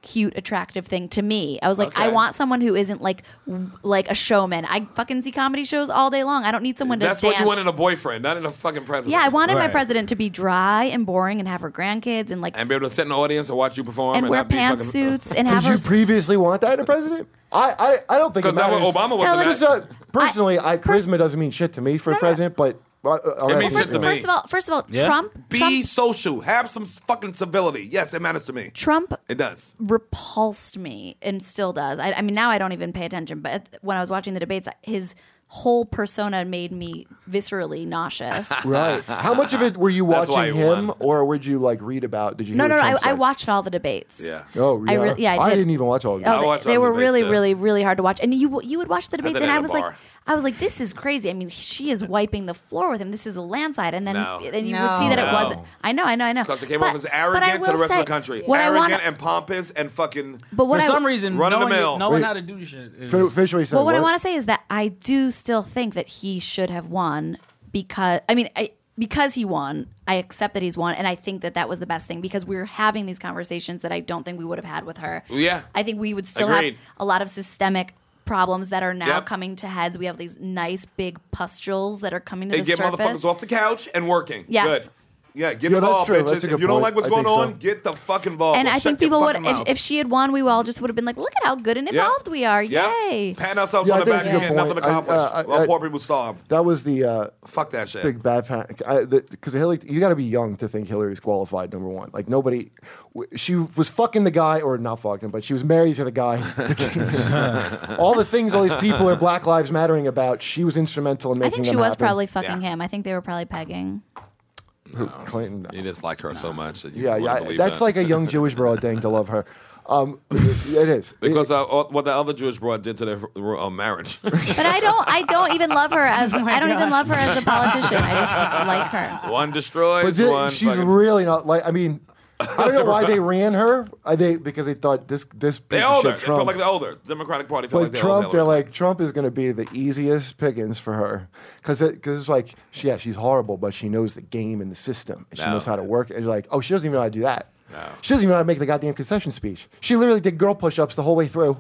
E: cute, attractive thing to me. I was like, I
B: Okay.
E: want someone who isn't like w- like a showman. I fucking see comedy shows all day long. I don't need someone to.
B: That's
E: dance.
B: what you want in a boyfriend, not in a fucking president.
E: Yeah, I wanted my
H: Right.
E: president to be dry and boring and have her grandkids and like
B: And be able to sit in the audience and watch you perform
E: and wear
B: not be fucking- uh,
E: pantsuits and have
G: Did
E: her.
G: you previously want that in a president? I, I, I don't think it
B: 'Cause that
G: matters.
B: what Obama was
E: No, in
G: Just,
B: that.
G: uh, personally, I, charisma doesn't mean shit to me for a president, but uh, uh,
B: It
G: uh,
B: means
G: uh,
B: shit to me.
E: first of all, first of all,
H: Yeah.
E: Trump,
B: Be
E: Trump,
B: social. Have some fucking civility. Yes, it matters to me.
E: Trump
B: It does.
E: repulsed me and still does. I, I mean, now I don't even pay attention, but at- when I was watching the debates, his whole persona made me viscerally nauseous.
G: Right. How much of it were you
B: That's why
G: watching
B: he won.
G: him, or would you like read about? Did you?
E: no,
G: hear
E: no, no.
G: what
E: I,
G: Trump
E: I
G: said?
E: watched all the debates.
B: Yeah.
G: Oh,
E: I
G: yeah.
E: re- yeah, I did.
G: didn't even watch all of
E: Oh,
G: that.
B: I watched
E: they,
B: all
E: they
B: the
E: were
B: debates,
E: really,
B: too.
E: really, really hard to watch. And you you would watch the debates,
B: been
E: and
B: at
E: I
B: a
E: was like,
B: bar.
E: I was like, this is crazy. I mean, she is wiping the floor with him. This is a landslide. And then
B: No.
E: and you
F: No.
E: would see that it
B: No.
E: wasn't. I know, I know, I know.
B: Because it came
E: But-
B: off as
E: but I
B: arrogant to the
E: will
B: rest of
E: say,
B: the country.
E: what I
B: arrogant
E: wanna-
B: and pompous and fucking.
E: But what
H: For
E: I-
H: some reason,
B: Run of the
H: knowing,
B: mill.
H: knowing
G: Wait.
H: how to do shit. Is,
G: Fin- finish what you said.
E: Well, what, I
G: What?
E: want to say is that I do still think that he should have won because I mean, I, because he won, I accept that he's won, and I think that that was the best thing because we're having these conversations that I don't think we would have had with her.
B: Yeah.
E: I think we would still
B: Agreed.
E: have a lot of systemic problems that are now
B: Yep.
E: coming to heads. We have these nice big pustules that are coming to
B: They
E: the
B: get
E: surface.
B: motherfuckers off the couch and working.
E: Yes.
B: Good. Yeah, get
G: Yeah, that's
B: involved,
G: true.
B: bitches.
G: That's a
B: If
G: good
B: you don't
G: point.
B: like what's
G: I
B: going
G: think so.
B: on, get the fuck involved.
E: and
B: Or
E: I
B: shut
E: think
B: your
E: people would,
B: fucking
E: if,
B: mouth.
E: if she had won, we all just would have been like, "Look at how good and
B: Yeah.
E: involved we are!
B: Yeah.
E: Yay!"
B: Pat ourselves
G: Yeah,
B: on
G: I
B: the
G: think
B: back
G: it's a
B: and
G: good
B: get nothing
G: point. I-
B: accomplished.
G: uh, I-
B: All
G: I-
B: poor people starved.
G: That was the uh,
B: Fuck that shit.
G: big bad panic because Hillary. You got to be young to think Hillary's qualified. Number one, like nobody. w- She was fucking the guy, or not fucking, but she was married to the guy. all the things all these people are Black Lives Mattering about. She was instrumental in
E: I
G: making
E: think
G: them
E: she was
G: happen.
E: probably fucking
B: Yeah.
E: him. I think they were probably pegging.
G: Clinton.
B: You just like her so much that you
G: Yeah,
B: wanna
G: yeah.
B: believe
G: That's
B: that.
G: like a young Jewish bro dang to love her. Um, it is.
B: Because uh, what the other Jewish broad did to their uh, marriage.
E: But I don't. I don't even love her
B: Oh
E: as. I don't even love her as a politician. I just like her.
B: one destroys
G: But thi-
B: one.
G: she's
B: fucking-
G: really not like. I mean, I don't know why they ran her. I they because they thought this this piece
B: They're
G: of
B: older.
G: shit
B: They feel
G: Trump.
B: like they're older. Democratic Party feel
G: but
B: like they're
G: Trump,
B: older.
G: they're like Trump is going to be the easiest pickings for her because because it's like she, yeah she's horrible, but she knows the game and the system. And she
B: No.
G: knows how to work. it. And you're like, oh, she doesn't even know how to do that.
B: No.
G: She doesn't even know how to make the goddamn concession speech. She literally did girl push-ups the whole way through.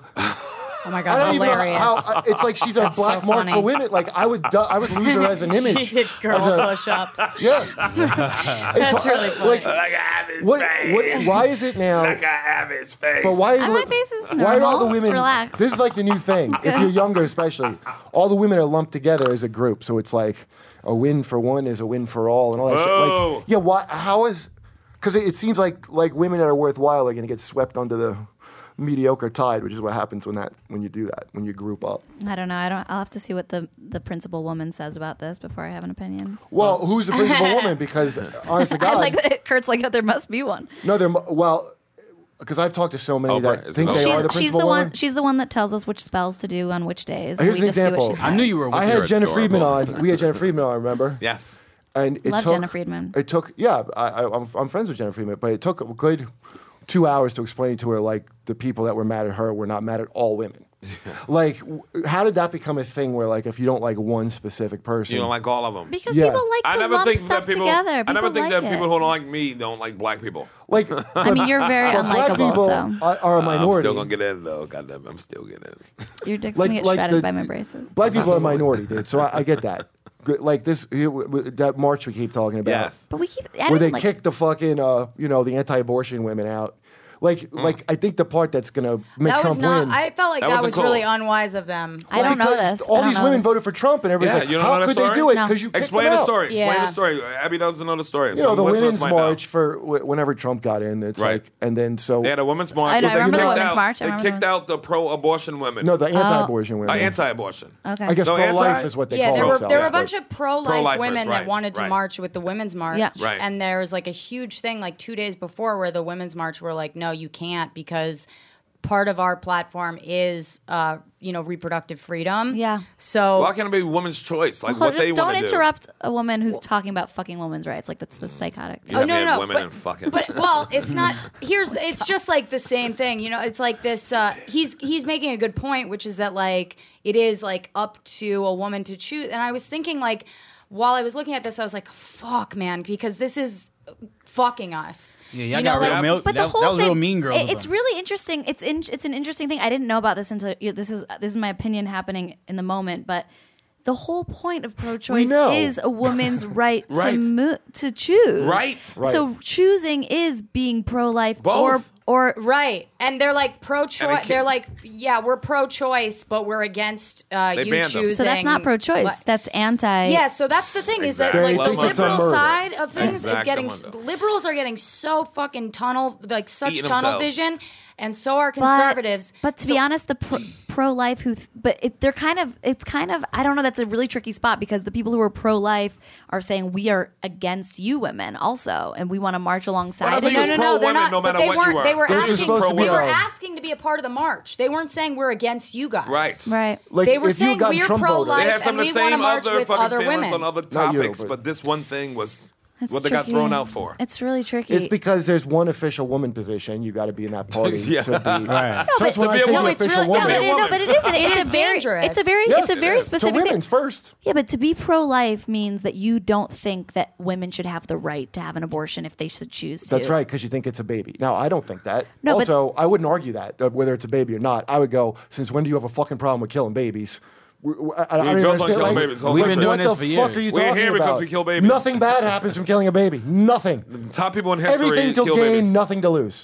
F: Oh my
G: I
F: god,
G: don't even know
F: hilarious.
G: how. I- It's like she's a
F: so
G: black mark
F: funny.
G: for women. Like I would, du- I would lose her as an image.
F: she did girl
G: as a-
F: push-ups.
G: Yeah,
F: That's
G: It's-
F: really
G: uh,
F: funny.
G: like,
B: Like I have his
G: what,
B: face.
G: what? Why is it now?
B: Like I have his face.
G: But why?
E: Uh, my face is
G: Why are all the
E: normal. It's
G: women?
E: relaxed.
G: This is like the new thing. if you're younger, especially, all the women are lumped together as a group. So it's like a win for one is a win for all, and all that shit.
B: Whoa.
G: Like, yeah, why? How is? Because it, it seems like like women that are worthwhile are going to get swept under the mediocre tide, which is what happens when that when you do that when you group up.
E: I don't know. I don't. I'll have to see what the the principal woman says about this before I have an opinion.
G: Well, who's the principal woman? Because honest to God,
E: Oh. I like that Kurt's like, oh, there must be one.
G: no, they're mu- well. Because I've talked to so many
B: Oprah
G: that
B: is
G: think
B: an Oprah.
G: they
E: she's,
G: are the
E: she's
G: principal
E: the one.
G: woman.
E: She's the one that tells us which spells to do on which
G: Here's
E: days. and
G: an
E: we just do what
G: example.
E: she says.
H: I knew you were. With
G: I had
B: You're
G: Jenna
B: adorable.
G: Friedman on. We had Jenna Friedman on. Remember?
B: Yes.
G: And it
E: Love
G: took,
E: Jenna Friedman.
G: It took yeah. I, I, I'm, I'm friends with Jenna Friedman, but it took a good two hours to explain to her like the people that were mad at her were not mad at all women. like, w- how did that become a thing where like if you don't like one specific person,
B: You don't like all of them.
E: because
G: Yeah.
E: people like to
B: I never
E: lump
B: think
E: stuff
B: that people.
E: together.
B: I never
E: People
B: think
E: like
B: that
E: it.
B: people who don't like me don't like black people.
G: like
E: I mean, you're very
G: black
E: unlikable.
G: people
E: So
G: are, are a
B: I'm
G: minority.
B: still gonna get in though. Goddamn, I'm still getting in.
E: your dick's
G: Like-
E: gonna get
G: like
E: shredded
G: the-
E: by my braces.
G: Black people are a minority, dude. So I, I get that. Good- Like this, here w- w- that march we keep talking about.
B: Yes.
E: But we keep.
G: where
E: I don't
G: they
E: like,
G: kick the fucking uh, you know the anti-abortion women out. Like
B: Mm.
G: like I think the part that's gonna make
F: that
G: Trump
F: was not.
G: win.
F: I felt like
B: That
F: that,
B: wasn't
F: was
B: cool.
F: really unwise of them.
E: I don't know
G: Because
E: this. I
G: All
E: don't
G: these
E: know
G: women
E: this.
G: voted for Trump, and
B: Yeah,
G: everybody's
B: you don't
G: like,
B: know
G: "How
B: that
G: could
B: story?
G: they do it?
E: No.
G: Because you kicked
B: Explain
G: them
B: the
G: out."
B: story. Explain
F: Yeah.
B: the story. Abby doesn't know the story.
G: You know, the women's
B: might
G: march
B: Know.
G: for wh- whenever Trump got in. It's
B: Right.
G: like, and then so
B: They had a women's march.
E: I know,
B: but
E: I
B: they
E: remember the
B: kicked
E: women's
B: out-
E: march. I
B: They
E: remember the
B: kicked
E: women-
B: out the pro-abortion women.
G: no, the anti-abortion
B: Uh,
G: women.
B: anti-abortion.
E: Okay.
G: I guess
B: No,
G: pro-life
B: anti-
G: is what they
F: yeah,
G: call
F: there were
G: themselves.
F: there were a
G: but-
F: bunch of pro-life
B: Pro-lifers,
F: women that
B: right,
F: wanted to
B: right.
F: march with the women's march,
E: Yeah.
B: Right.
F: and there was like a huge thing like two days before where the women's march were like, no, you can't because part of our platform is uh, you know reproductive freedom.
E: Yeah.
F: So
B: Why can't it be women's choice? Like
E: Well,
B: what they
E: just don't
B: want to
E: interrupt a woman who's talking about fucking women's rights. Like that's the psychotic.
B: Do. You
F: Oh,
B: have
F: no,
B: to
F: no,
B: have
F: no,
B: women
F: but-
B: and fucking.
F: But well, it's not. Here's it's just like the same thing. You know, it's like this. Uh, he's he's making a good point, which is that like it is like up to a woman to choose. And I was thinking like while I was looking at this, I was like, fuck, man, because this is fucking us.
H: Yeah, y'all got real mil-
E: but
H: that,
E: the whole
H: that was
E: thing,
H: real mean girls.
E: it- it's really interesting. It's in, it's an interesting thing. I didn't know about this until you this is this is my opinion happening in the moment, but. The whole point of pro-choice
G: know.
E: is a woman's right,
B: Right.
E: to mo- to choose.
B: Right.
E: So
G: Right.
E: choosing is being pro-life
B: Both.
E: or or
F: Right, and they're like
B: And it
F: pro-choice.
B: can-
F: They're like, yeah, we're pro-choice, but we're against uh,
B: They
F: you
B: banned them.
F: choosing.
E: so that's not pro-choice.
F: What-
E: that's anti.
F: Yeah, so that's the thing is that
B: Exactly.
F: like the
B: They think it's a
F: liberal
G: murder.
F: side of things is
B: Exactamundo.
F: getting liberals are getting so fucking tunnel like such
B: Eating
F: tunnel
B: themselves.
F: vision, and so are
E: But-
F: conservatives.
E: But, to
F: So-
E: be honest, the pro, pro-life who, th- but it, they're kind of, it's kind of, I don't know. That's a really tricky spot because the people who are pro-life are saying we are against you women also, and we want to march
B: But I
E: alongside.
B: think
E: you."
B: it's
F: no, no, no, they're
B: pro-women
F: not.
B: no
F: but
B: matter
F: they
B: what you
F: weren't.
B: are.
F: They were
B: They're
G: just
F: asking.
G: supposed to
F: They
G: be
F: were
G: pro.
F: asking to be a part of the march. They weren't saying we're against you guys.
B: Right.
E: right?
G: Like,
F: they were
G: if you
F: saying
G: got
F: we're
G: Trump voted-
F: pro-life
B: They had
F: and
B: some of
F: we
B: the
F: want to
B: same
F: march
B: other
F: with
B: fucking
F: other
B: feelings
F: women.
B: on other
G: Not you,
B: topics,
G: but-
B: but, this one thing was
E: That's
B: what they got
E: tricky.
B: thrown out for.
E: It's really tricky.
G: It's because there's one official woman position. You got to be in that party
B: Yeah.
G: to be.
H: Right.
G: So that's
E: but-
G: when
B: To
G: I
B: be a
G: say
B: woman.
G: the
B: it's
G: official
B: really-
E: no,
G: woman.
E: but it, no, but it is. It,
F: It
E: it's
F: is
E: a very,
F: dangerous.
E: It's a very,
G: Yes,
E: it's a very
G: it is.
E: specific
G: To
E: thing.
G: women's first.
E: Yeah, but to be pro-life means that you don't think that women should have the right to have an abortion if they should choose to.
G: That's right, because you think it's a baby. Now, I don't think that.
E: No, but-
G: also, I wouldn't argue that, uh, whether it's a baby or not. I would go, since when do you have a fucking problem with killing babies? W- w- I, I don't
B: We built
G: even
B: on
G: understand.
B: killing
G: like,
B: babies the whole
G: what
B: country.
G: the
H: We've been doing
G: fuck
H: this for
G: are you
H: years.
B: We're
G: talking
B: here
G: about?
B: because we kill babies.
G: Nothing bad happens from killing a baby. Nothing.
B: Top people in history.
G: Everything to
B: kill
G: gain,
B: babies.
G: nothing to lose.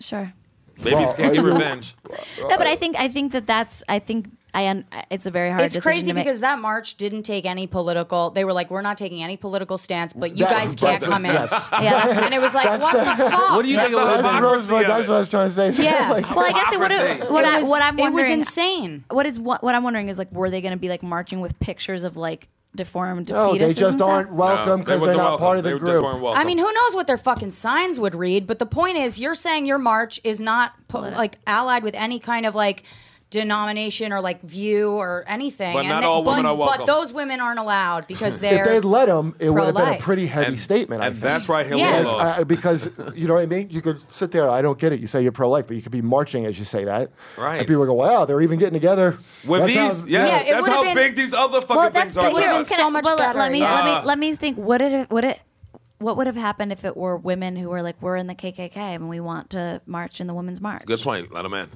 E: Sure.
B: Babies
G: Well,
B: can't
G: I-
B: get revenge.
E: No, but I think I think that that's I think I un- it's a very hard.
F: It's
E: decision
F: crazy
E: to make.
F: because that march didn't take any political. They were like, we're not taking any political stance, but you
G: That-
F: guys can't
G: that-
F: come in.
G: yes.
E: Yeah, that's
F: And it was like, what the fuck?
H: What do you think it was?
G: That's,
H: about-
B: hypocrisy
G: Rose-
B: of
G: that's
B: it.
G: what I was trying to say.
F: Yeah.
G: Like,
E: Well, I guess it would have.
B: Hypocrisy.
E: What,
F: It
E: I,
F: was-
E: what I'm
F: it was
E: wondering,
F: insane.
E: What is what, what I'm wondering is like, were they going to be like marching with pictures of like deformed?
G: no,
E: fetuses
G: oh, they
E: and
G: just
E: stuff?
G: aren't welcome
B: No,
G: because
B: wasn't
G: they're not
B: welcome.
G: part of
B: They
G: the
B: just weren't
G: group.
B: welcome.
F: I mean, who knows what their fucking signs would read? But the point is, you're saying your march is not po- like allied with any kind of like denomination or like view or anything.
B: But
F: and
B: not
F: they-
B: all women
F: but,
B: are welcome.
F: But those women aren't allowed because
G: If
F: they're
G: they'd let him, it would have been a
F: pro-life.
G: pretty heavy
B: And-
G: statement. I
B: And
G: think.
B: that's why Hillary
F: Yeah.
B: lost.
G: Uh, because you know what I mean. You could sit there. I don't get it. You say you're pro-life, but you could be marching as you say that.
B: Right.
G: And people go, "Wow, they're even getting together."
B: With
G: That's how-
B: these, yeah,
F: Yeah, it
B: that's
F: would've
B: how
F: been-
B: big these other fucking
F: Well, that's
B: things are.
F: the- yeah.
B: too.
F: been so much
E: well, let-
F: better,
E: Let me let
B: yeah.
E: me let me think. Would it would it what would have happened if it were women who were like we're in the KKK and we want to march in the women's march?
B: Good point. Let him in.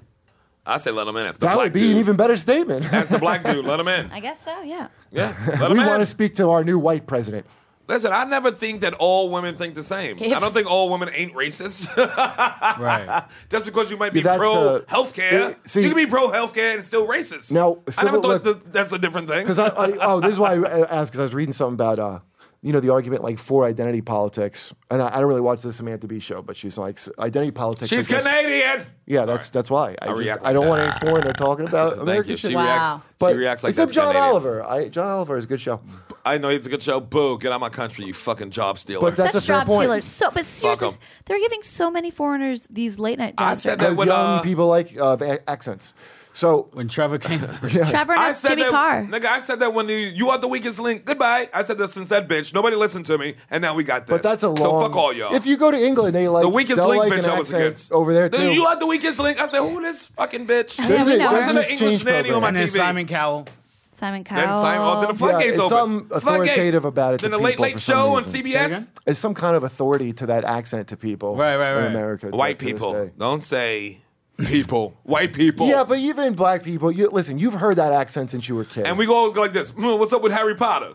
B: I say let him in. That's the
G: That
B: black
G: would be
B: dude.
G: an even better statement.
B: That's the black dude. Let him in.
E: I guess so. Yeah.
B: Yeah, let
G: we
B: him
G: want
B: in.
G: to speak to our new white president.
B: Listen, I never think that all women think the same. I
F: If-
B: don't think all women ain't racist.
H: Right.
B: Just because you might be
G: Yeah, that's
B: pro
G: the-
B: healthcare,
G: it- see-
B: you can be pro healthcare and still racist.
G: Now,
B: I never
G: civil-
B: thought
G: look-
B: that that's a different thing.
G: Because I, I oh, this is why I asked. Because I was reading something about uh, you know, the argument like for identity politics, and I, I don't really watch the Samantha Bee show, but she's like "S- identity politics.
B: She's
G: are just-
B: Canadian.
G: Yeah, that's that's why. I,
B: react
G: just,
B: like
G: I don't
B: that.
G: want any foreign. They're talking about
B: Thank
G: American
B: you. She
G: shit.
F: Wow.
B: reacts.
G: But
B: she reacts like
G: except
B: that's
G: John
B: Canadians.
G: Oliver. I, John Oliver is a good show.
B: I know it's a good show. Boo! Get out my country, you fucking job stealer.
G: But that's
E: Such
G: a fair
E: job
G: point.
E: stealers. So, but seriously,
B: 'em.
E: they're giving so many foreigners these late night
B: I
E: jobs.
B: said
E: right
B: that
G: Because
E: now.
B: when,
G: young
B: uh,
G: people like uh, a- accents. So
H: When Trevor came,
E: Trevor
B: I
E: and
B: said
E: Jimmy
B: that,
E: Carr.
B: nigga. I said that when you, you are the weakest link. Goodbye. I said that since that bitch. Nobody listened to me, and now we got this.
G: But that's a long.
B: So fuck all y'all.
G: If you go to England, they like
B: the weakest
G: they'll
B: link,
G: like
B: bitch,
G: an
B: I was
G: accent
B: against
G: over there
B: Dude,
G: too.
B: you are the weakest link. I said, who this fucking bitch?
G: there's a,
E: Yeah, we know
G: there's
E: her.
G: an
E: An
G: exchange
B: English nanny on
G: program.
B: my
H: and then
B: TV.
H: Simon Cowell.
E: Simon Cowell.
B: Then Simon, oh, then the floodgates
G: it's
B: open.
G: something authoritative about it to
B: Then the Late
G: people
B: Late
G: for some
B: Show on
G: reason.
B: CBS.
G: There's some kind of authority to that accent to people.
H: Right, right,
G: In
H: right.
G: America, to-
B: White
G: to this
B: people.
G: day.
B: Don't say people. White people.
G: Yeah, but even black people, you listen. You've heard that accent since you were a kid.
B: And we go like this. "Mm, What's up with Harry Potter?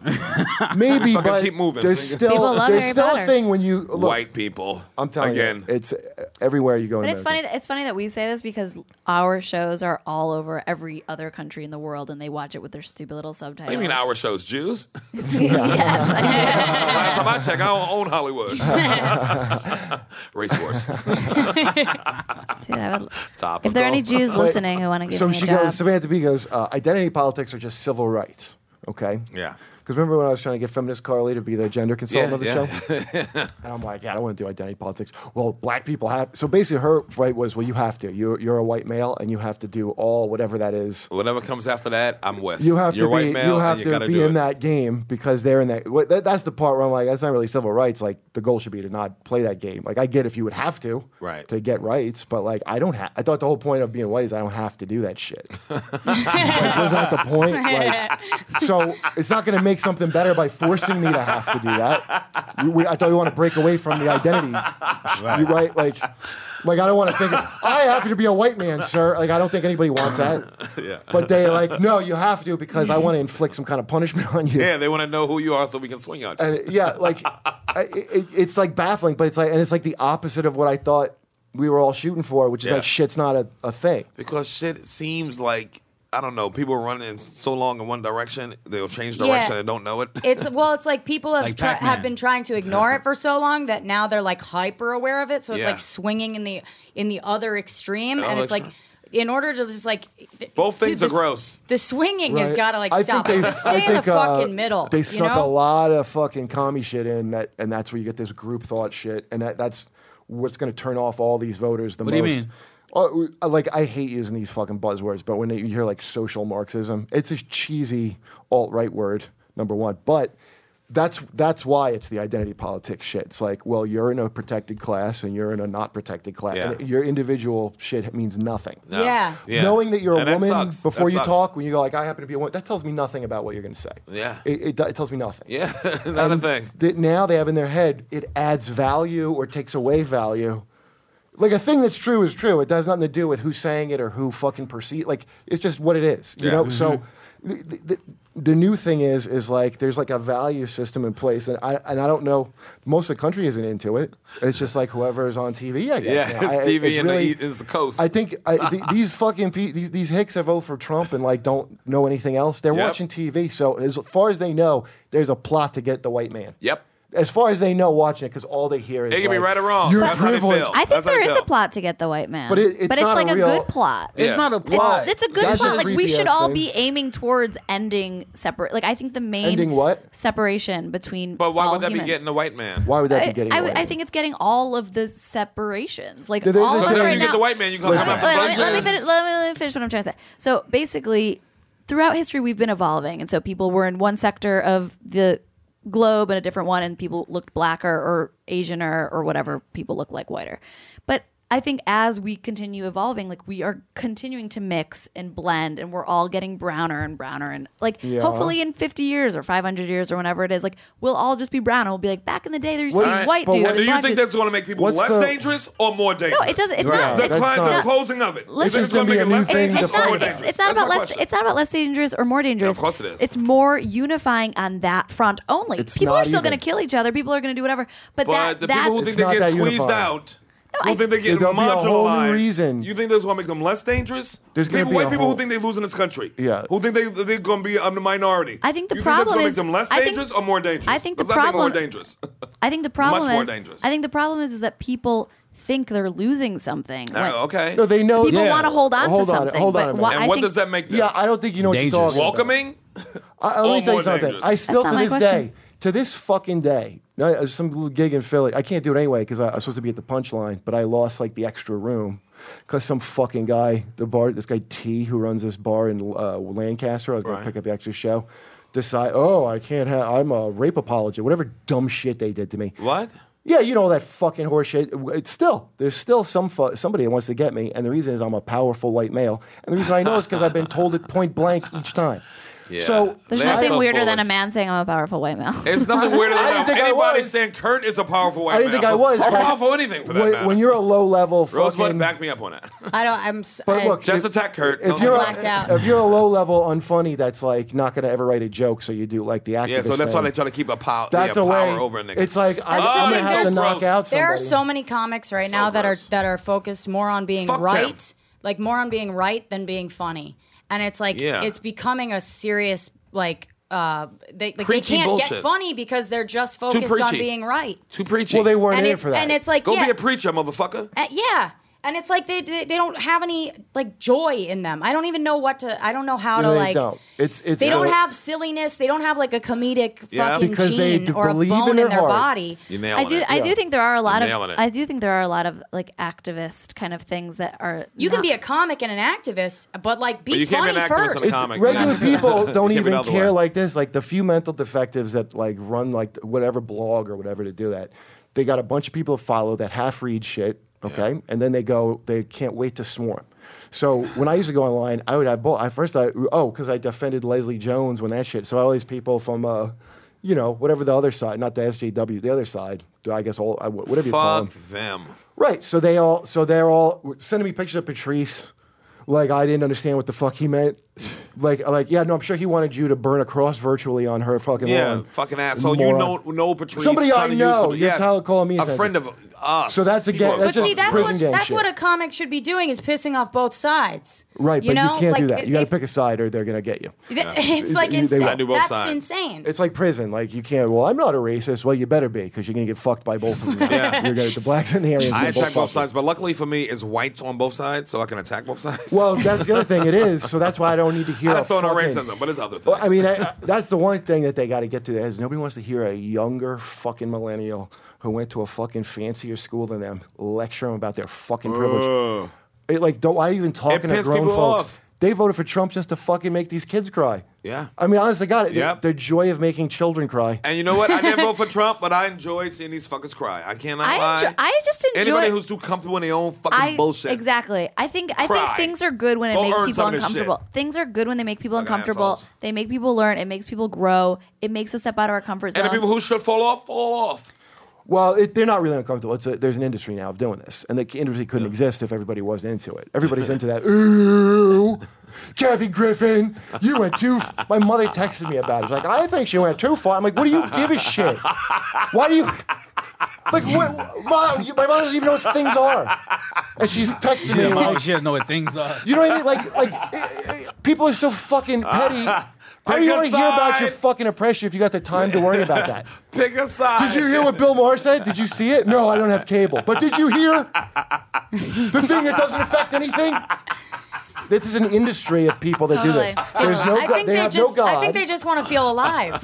G: maybe,
B: fucking
G: but
B: keep moving.
G: there's
E: People
G: still
E: love
G: there's
E: Harry
G: still a
E: Potter.
G: thing when you look.
B: White people.
G: I'm telling
B: again.
G: you, it's everywhere you go.
E: But
G: in
E: it's funny.
G: America.
E: That, it's funny that we say this because our shows are all over every other country in the world, and they watch it with their stupid little subtitles.
B: I mean, our show's Jews.
E: yes, I do.
B: Last time I checked, I don't own Hollywood. Race wars.
E: Dude, I would-
B: Topical.
E: if there are any Jews listening who want to give
G: So
E: me a
G: she
E: job,
G: goes. Samantha Bee goes. Uh, identity politics are just civil rights. Okay.
B: Yeah.
G: Because remember when I was trying to get feminist Carly to be the gender consultant
B: Yeah,
G: of the
B: yeah.
G: show, and I'm like, yeah, I don't want to do identity politics. Well, black people have. So basically, her fight was, well, you have to. You're you're a white male, and you have to do all whatever that is.
B: Whatever comes after that, I'm with.
G: You have
B: You're
G: to
B: white
G: be.
B: male,
G: you have
B: and you
G: to
B: gotta
G: be
B: do
G: in
B: it.
G: that game because they're in that, what- that. That's the part where I'm like, that's not really civil rights. Like the goal should be to not play that game. Like I get if you would have to,
B: Right.
G: to get rights, but like I don't have. I thought the whole point of being white is I don't have to do that shit. Like, was that the point? Like, so it's not going to make something better by forcing me to have to do that. We- we- I thought we want to break away from the identity, right? right? Like, like I don't want to think. I happen to be a white man, sir. Like I don't think anybody wants that.
B: Yeah.
G: But they like, no, you have to because I want to inflict some kind of punishment on you.
B: Yeah, they want to know who you are so we can swing on you.
G: And yeah, like I, it, it's like baffling, but it's like and it's like the opposite of what I thought we were all shooting for, which is
B: Yeah.
G: like shit's not a, a thing.
B: because shit seems like I don't know. People run in so long in one direction, they'll change
F: Yeah.
B: direction and don't know it.
F: It's well, it's like people have
H: Like
F: try-
H: Pac-Man.
F: have been trying to ignore it for so long that now they're like hyper aware of it. So it's
B: Yeah.
F: like swinging in the in the other extreme, and
B: Other
F: it's like
B: extreme.
F: in order to just like th-
B: Both
F: dude,
B: things
F: the
B: are
F: s-
B: gross.
F: The swinging has
G: Right.
F: got to like
G: I
F: stop.
G: Think they,
F: Just stay
G: I think,
F: in the
G: uh,
F: fucking middle.
G: They
F: you
G: snuck
F: know?
G: a lot of fucking commie shit in, that, and that's where you get this group thought shit, and that, that's what's going to turn off all these voters the
H: What do
G: most.
H: you mean?
G: Oh, I- like I hate using these fucking buzzwords, but when you hear like social Marxism, it's a cheesy alt right word number one. But that's that's why it's the identity politics shit. It's like, well, you're in a protected class and you're in a not protected class.
B: Yeah.
G: And your individual shit means nothing.
B: No.
F: Yeah.
G: Knowing that you're
B: And
G: a
B: that
G: woman
B: sucks.
G: before
B: That
G: you
B: sucks.
G: talk, when you go like, "I happen to be a woman," that tells me nothing about what you're going to say.
B: Yeah.
G: it, it, do- it tells me nothing.
B: Yeah, not a thing.
G: That now they have in their head, it adds value or takes away value. Like a thing that's true is true. It does nothing to do with who's saying it or who fucking perceive. Like it's just what it is, you
B: Yeah. Mm-hmm.
G: know. So the, the, the new thing is is like there's like a value system in place, and I and I don't know. Most of the country isn't into it. It's just like whoever is on TV, I guess.
B: Yeah,
G: now.
B: it's
G: I-
B: TV
G: it's
B: and the
G: really-
B: eat- it's the coast.
G: I think I, th- these fucking pe- these these hicks have voted for Trump and like don't know anything else. They're
B: Yep.
G: watching TV, so as far as they know, there's a plot to get the white man.
B: Yep.
G: as far as they know, watching it because all they hear is
B: It can be
G: like,
B: right or wrong.
G: You're
B: That's how they
G: privileged.
B: feel.
E: I think
B: That's how
E: there
B: they
E: is a
B: feel.
E: plot to get the white man,
G: But it- it's not
E: like
G: a
E: a,
G: real-
E: good plot.
B: Yeah.
H: It's not a
E: It's,
H: plot.
E: it's a good
G: That's
E: plot.
G: just
E: Like we
G: creepy
E: should
G: ass
E: all
G: thing.
E: be aiming towards ending separate. Like I think the main
G: Ending what?
E: separation between.
B: But why
E: all
B: would that
E: humans.
B: be getting the white man?
G: Why would that
E: I,
G: be getting?
E: I,
G: away?
E: I think it's getting all of the separations. Like
G: Yeah, there's
E: all
G: a-
E: of us
B: Because if
E: right
B: you
E: now.
B: get the white man, you come
G: Listen.
B: out
E: Wait,
B: the
E: wait, let, me,
B: black
E: let, me
B: man.
E: finish, let, me, let me finish what I'm trying to say. So basically, throughout history, we've been evolving, and so people were in one sector of the globe and a different one, and people looked blacker or Asianer or whatever. People look like whiter, but I think as we continue evolving, like we are continuing to mix and blend, and we're all getting browner and browner, and like
G: Yeah.
E: hopefully in 50 years or 500 years or whenever it is, like we'll all just be brown, and we'll be like back in the day there used to
G: What-
E: be
G: Alright,
E: white
G: but
E: dudes.
G: what-
E: and
B: Do you
E: black
B: think
E: dudes.
B: that's going to make people
G: What's
B: less
G: the-
B: dangerous or more dangerous?
E: No, it doesn't. It's
G: Right.
E: not.
B: The
G: That's
B: climb, the
G: not-
B: closing of it.
E: Listen,
B: Is it going to make
G: It's
B: it
G: gonna be a
B: less
G: new thing
B: dangerous or more
G: to
E: it's not,
G: forward
E: it's,
B: dangerous?
E: it's not
B: That's
E: about
B: my
E: less.
B: question.
E: It's not about less dangerous or more dangerous.
B: course it is.
E: It's more unifying on that front only.
G: It's
E: people
G: not
E: are still
G: even.
E: going to kill each other. People are going to do whatever. But,
B: But
E: that
B: the
E: that
B: people who
G: It's
B: think they
G: not
B: get
G: that
B: squeezed
G: unified.
B: out, who
E: I-
B: think they get
G: There'll be a whole new
B: marginalized,
G: reason.
B: you think that's going to make them less dangerous?
G: There's gonna
B: people,
G: be
B: white
G: a
B: people who
G: whole-
B: think they losing this country.
G: Yeah.
B: Who think they they're going to be um, the minority?
E: I think the
B: you
E: problem
B: think that's
E: is-
B: gonna make them less
E: I think-
B: dangerous or more dangerous.
E: I think the
B: 'Cause more
E: problem-
B: dangerous.
E: I think the problem
B: Much more
E: is
B: dangerous.
E: I think the problem is, is that people think they're losing something. Like,
B: Oh, okay.
G: no, they know.
E: People
H: Yeah.
E: want to hold on
G: Hold
E: to
G: on,
E: something.
G: hold on a
E: but
G: minute.
E: why-
B: and
E: I
B: what
E: think-
B: does that make them?
G: Yeah, I don't think you know what you're
H: Dangerous.
G: talking. about.
B: Welcoming?
G: I,
B: Or
G: let me tell
B: more
G: you something.
B: dangerous?
G: I still to
E: That's not
G: this
E: my
G: day,
E: question.
G: to this fucking day, no, I was some little gig in Philly. I can't do it anyway because I, I was supposed to be at the punchline, but I lost like the extra room because some fucking guy, the bar, this guy T, who runs this bar in uh, Lancaster, I was going to pick up the extra show. Decide, oh, I can't have. I'm a rape apologist. Whatever dumb shit they did to me.
B: What?
G: Yeah, you know all that fucking horseshit. It's still there's still some fu- somebody that wants to get me, and the reason is I'm a powerful white male, and the reason I know is because I've been told it point blank each time. So
E: There's
B: They are
E: nothing
B: so
E: weirder than a
B: foolish.
E: man saying I'm a powerful white male.
B: It's nothing weirder
G: I
B: than
G: didn't
B: that.
G: think I
B: Anybody
G: was.
B: saying Kurt is a powerful white
G: I didn't
B: man.
G: think I was.
B: Or
G: but
B: powerful anything for that
G: when,
B: matter.
G: when you're a low level
B: Rosebud,
G: fucking,
B: back me up on it.
F: I don't. I'm. s-
G: But
F: I-
G: look,
B: Just
G: if-
B: attack Kurt.
G: If
B: Don't
G: you're
F: blacked out.
G: a, if you're a low level unfunny, that's like not gonna ever write a joke. So you do like the activist.
B: Yeah, so that's why
G: thing.
B: they try to keep a power,
G: That's
B: yeah,
G: a way.
B: power over a nigga.
G: It's like I,
B: the
G: I'm
B: thing,
G: gonna have to
B: there's-
G: knock out. Somebody.
F: There are so many comics right
B: So
F: now that
B: gross.
F: are that are focused more on being
B: Fuck them.
F: right, like more on being right than being funny, and it's like
B: Yeah.
F: it's becoming a serious like uh they like they
B: Preachy
F: can't
B: bullshit.
F: get funny because they're just focused on
B: preachy.
F: being right.
B: Too preachy.
G: Well, they weren't
F: and
G: in
F: it's
G: it for that.
F: and it's like
B: Go
F: yeah,
B: be a preacher, motherfucker.
F: uh, yeah. And it's like they, they they don't have any like joy in them. I don't even know what to. I don't know how
G: No,
F: to
G: they
F: like.
G: don't. It's- it's
F: they don't
G: the-
F: have silliness. They don't have like a comedic
B: Yeah.
F: fucking
G: Because they
F: gene
G: d-
F: or a
G: believe in
F: bone in
G: their
F: their,
G: heart.
F: body.
B: You nailed
E: I do.
B: it.
E: I do think there are a lot
B: Nailing it.
E: of. I do think there are a lot of like activist kind of things that are.
F: You can
E: not-
F: be a comic and an activist, but like be
B: But you can't be
F: funny
B: an activist
F: first.
B: and a
G: It's-
B: comic.
G: Regular
B: Yeah.
G: people don't
B: Give it
G: even
B: all the
G: care
B: way.
G: like this. Like the few mental defectives that like run like whatever blog or whatever to do that. They got a bunch of people to follow that half read shit. Okay, and then they go. They can't wait to swarm. So when I used to go online, I would have both. I first I oh because I defended Leslie Jones when that shit. So all these people from uh, you know whatever the other side, not the SJW, the other side. I guess all I- whatever you call them.
B: Fuck them.
G: Right. So they all. So they're all sending me pictures of Patrice. Like I didn't understand what the fuck he meant. Like, like, yeah, no, I'm sure he wanted you to burn a cross virtually on her fucking
B: Yeah,
G: lawn.
B: fucking asshole.
G: Moron.
B: You know, know Patrice.
G: Somebody
B: trying
G: I
B: to use
G: know.
B: Pat-
G: You're
B: yes,
G: tell- calling me
B: a
G: a
B: friend of us.
G: So that's a
B: People
G: ga-
B: are
G: that's
F: But
G: just
F: see, that's
G: prison
F: what
G: gang
F: that's
G: shit.
F: what a comic should be doing is pissing off both sides.
G: right,
F: you
G: but
F: know?
G: you can't do
F: Like,
G: that. You got to
F: it's-
G: pick a side, or they're gonna get you.
F: It's like
G: They- they
F: insane.
G: will. I
B: do both
F: that's
B: sides.
F: insane.
G: It's like prison. Like you can't. Well, I'm not a racist. Well, you better be, because you're gonna get fucked by both of them.
B: Yeah.
G: You're gonna the blacks and the Asians.
B: I
G: get
B: attack both
G: fucked.
B: sides, but luckily for me, it's whites on both sides, so I can attack both sides.
G: Well, that's the other thing. It is. So that's why I don't need to hear.
B: I
G: a
B: just throw no
G: fucking-
B: racism, but it's other things.
G: Well, I mean, I, I- that's the one thing that they got to get to is nobody wants to hear a younger fucking millennial who went to a fucking fancier school than them lecture them about their fucking privilege. It, like, don't, why are you even talking to
B: pissed
G: grown
B: people
G: folks?
B: off.
G: They voted for Trump just to fucking make these kids cry.
B: Yeah.
G: I mean, honestly, God,
B: Yeah.
G: the, the joy of making children cry.
B: and you know what? I didn't vote for Trump, but I enjoy seeing these fuckers cry. I cannot
E: I
B: lie.
E: enjoy- I just enjoy-
B: anybody who's too comfortable in their own fucking
E: I,
B: bullshit.
E: Exactly. I think I
B: Cry.
E: think things are good when it
B: Go
E: makes
B: earn
E: people
B: some of this
E: uncomfortable. Things are good when they make people
B: Fucking
E: uncomfortable.
B: assholes.
E: They make people learn. It makes people grow. It makes us step out of our comfort zone.
B: And the people who should fall off, fall off.
G: Well, it, they're not really uncomfortable. It's a, there's an industry now of doing this, and the industry couldn't exist if everybody wasn't into it. Everybody's into that. Ooh, Kathy Griffin, you went too. F-. My mother texted me about it. She's like, I think she went too far. I'm like, what do you give a shit? Why do you? Like, what, mom, you, my mom doesn't even know what things are, and she's texting me
H: Yeah, my
G: like,
H: shit know what things are.
G: eh, you know what I mean? Like, like eh, eh, people are so fucking petty. How do
B: Pick
G: you
B: a
G: want to hear about your
B: side.
G: fucking oppression if you got the time to worry about that?
B: Pick a side.
G: Did you hear what Bill Maher said? Did you see it? No, I don't have cable. But did you hear the thing that doesn't affect anything? This is an industry of people that do this. There's no
F: I
G: go-
F: think
G: they
F: they,
G: have
F: just
G: no God.
F: I think they just want to feel alive.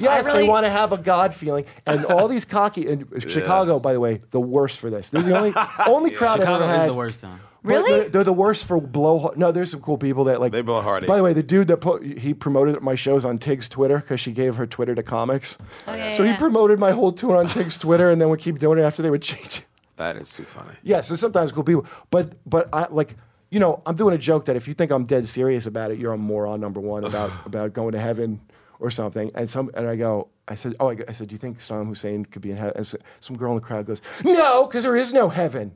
G: Yes,
F: I really,
G: they want to have a God feeling, and all these cocky and Chicago, by the way, the worst for this. This is the only only crowd I've
H: Chicago
G: ever had.
H: is the worst town.
G: But
F: Really?
G: They're, they're the worst for blow. No, there's some cool people that like
B: They blow hard.
G: By the way, the dude that put he promoted my shows on Tig's Twitter because she gave her Twitter to comics.
E: Oh, yeah,
G: so
E: yeah.
G: he promoted my whole tour on Tig's Twitter, and then would keep doing it after they would change. it.
B: that is too funny.
G: Yeah, so sometimes cool people, but but I like you know I'm doing a joke that if you think I'm dead serious about it, you're a moron number one about about going to heaven or something. And some and I go, I said, oh, I, go- I said, do you think Saddam Hussein could be in heaven? And so- Some girl in the crowd goes, no, because there is no heaven.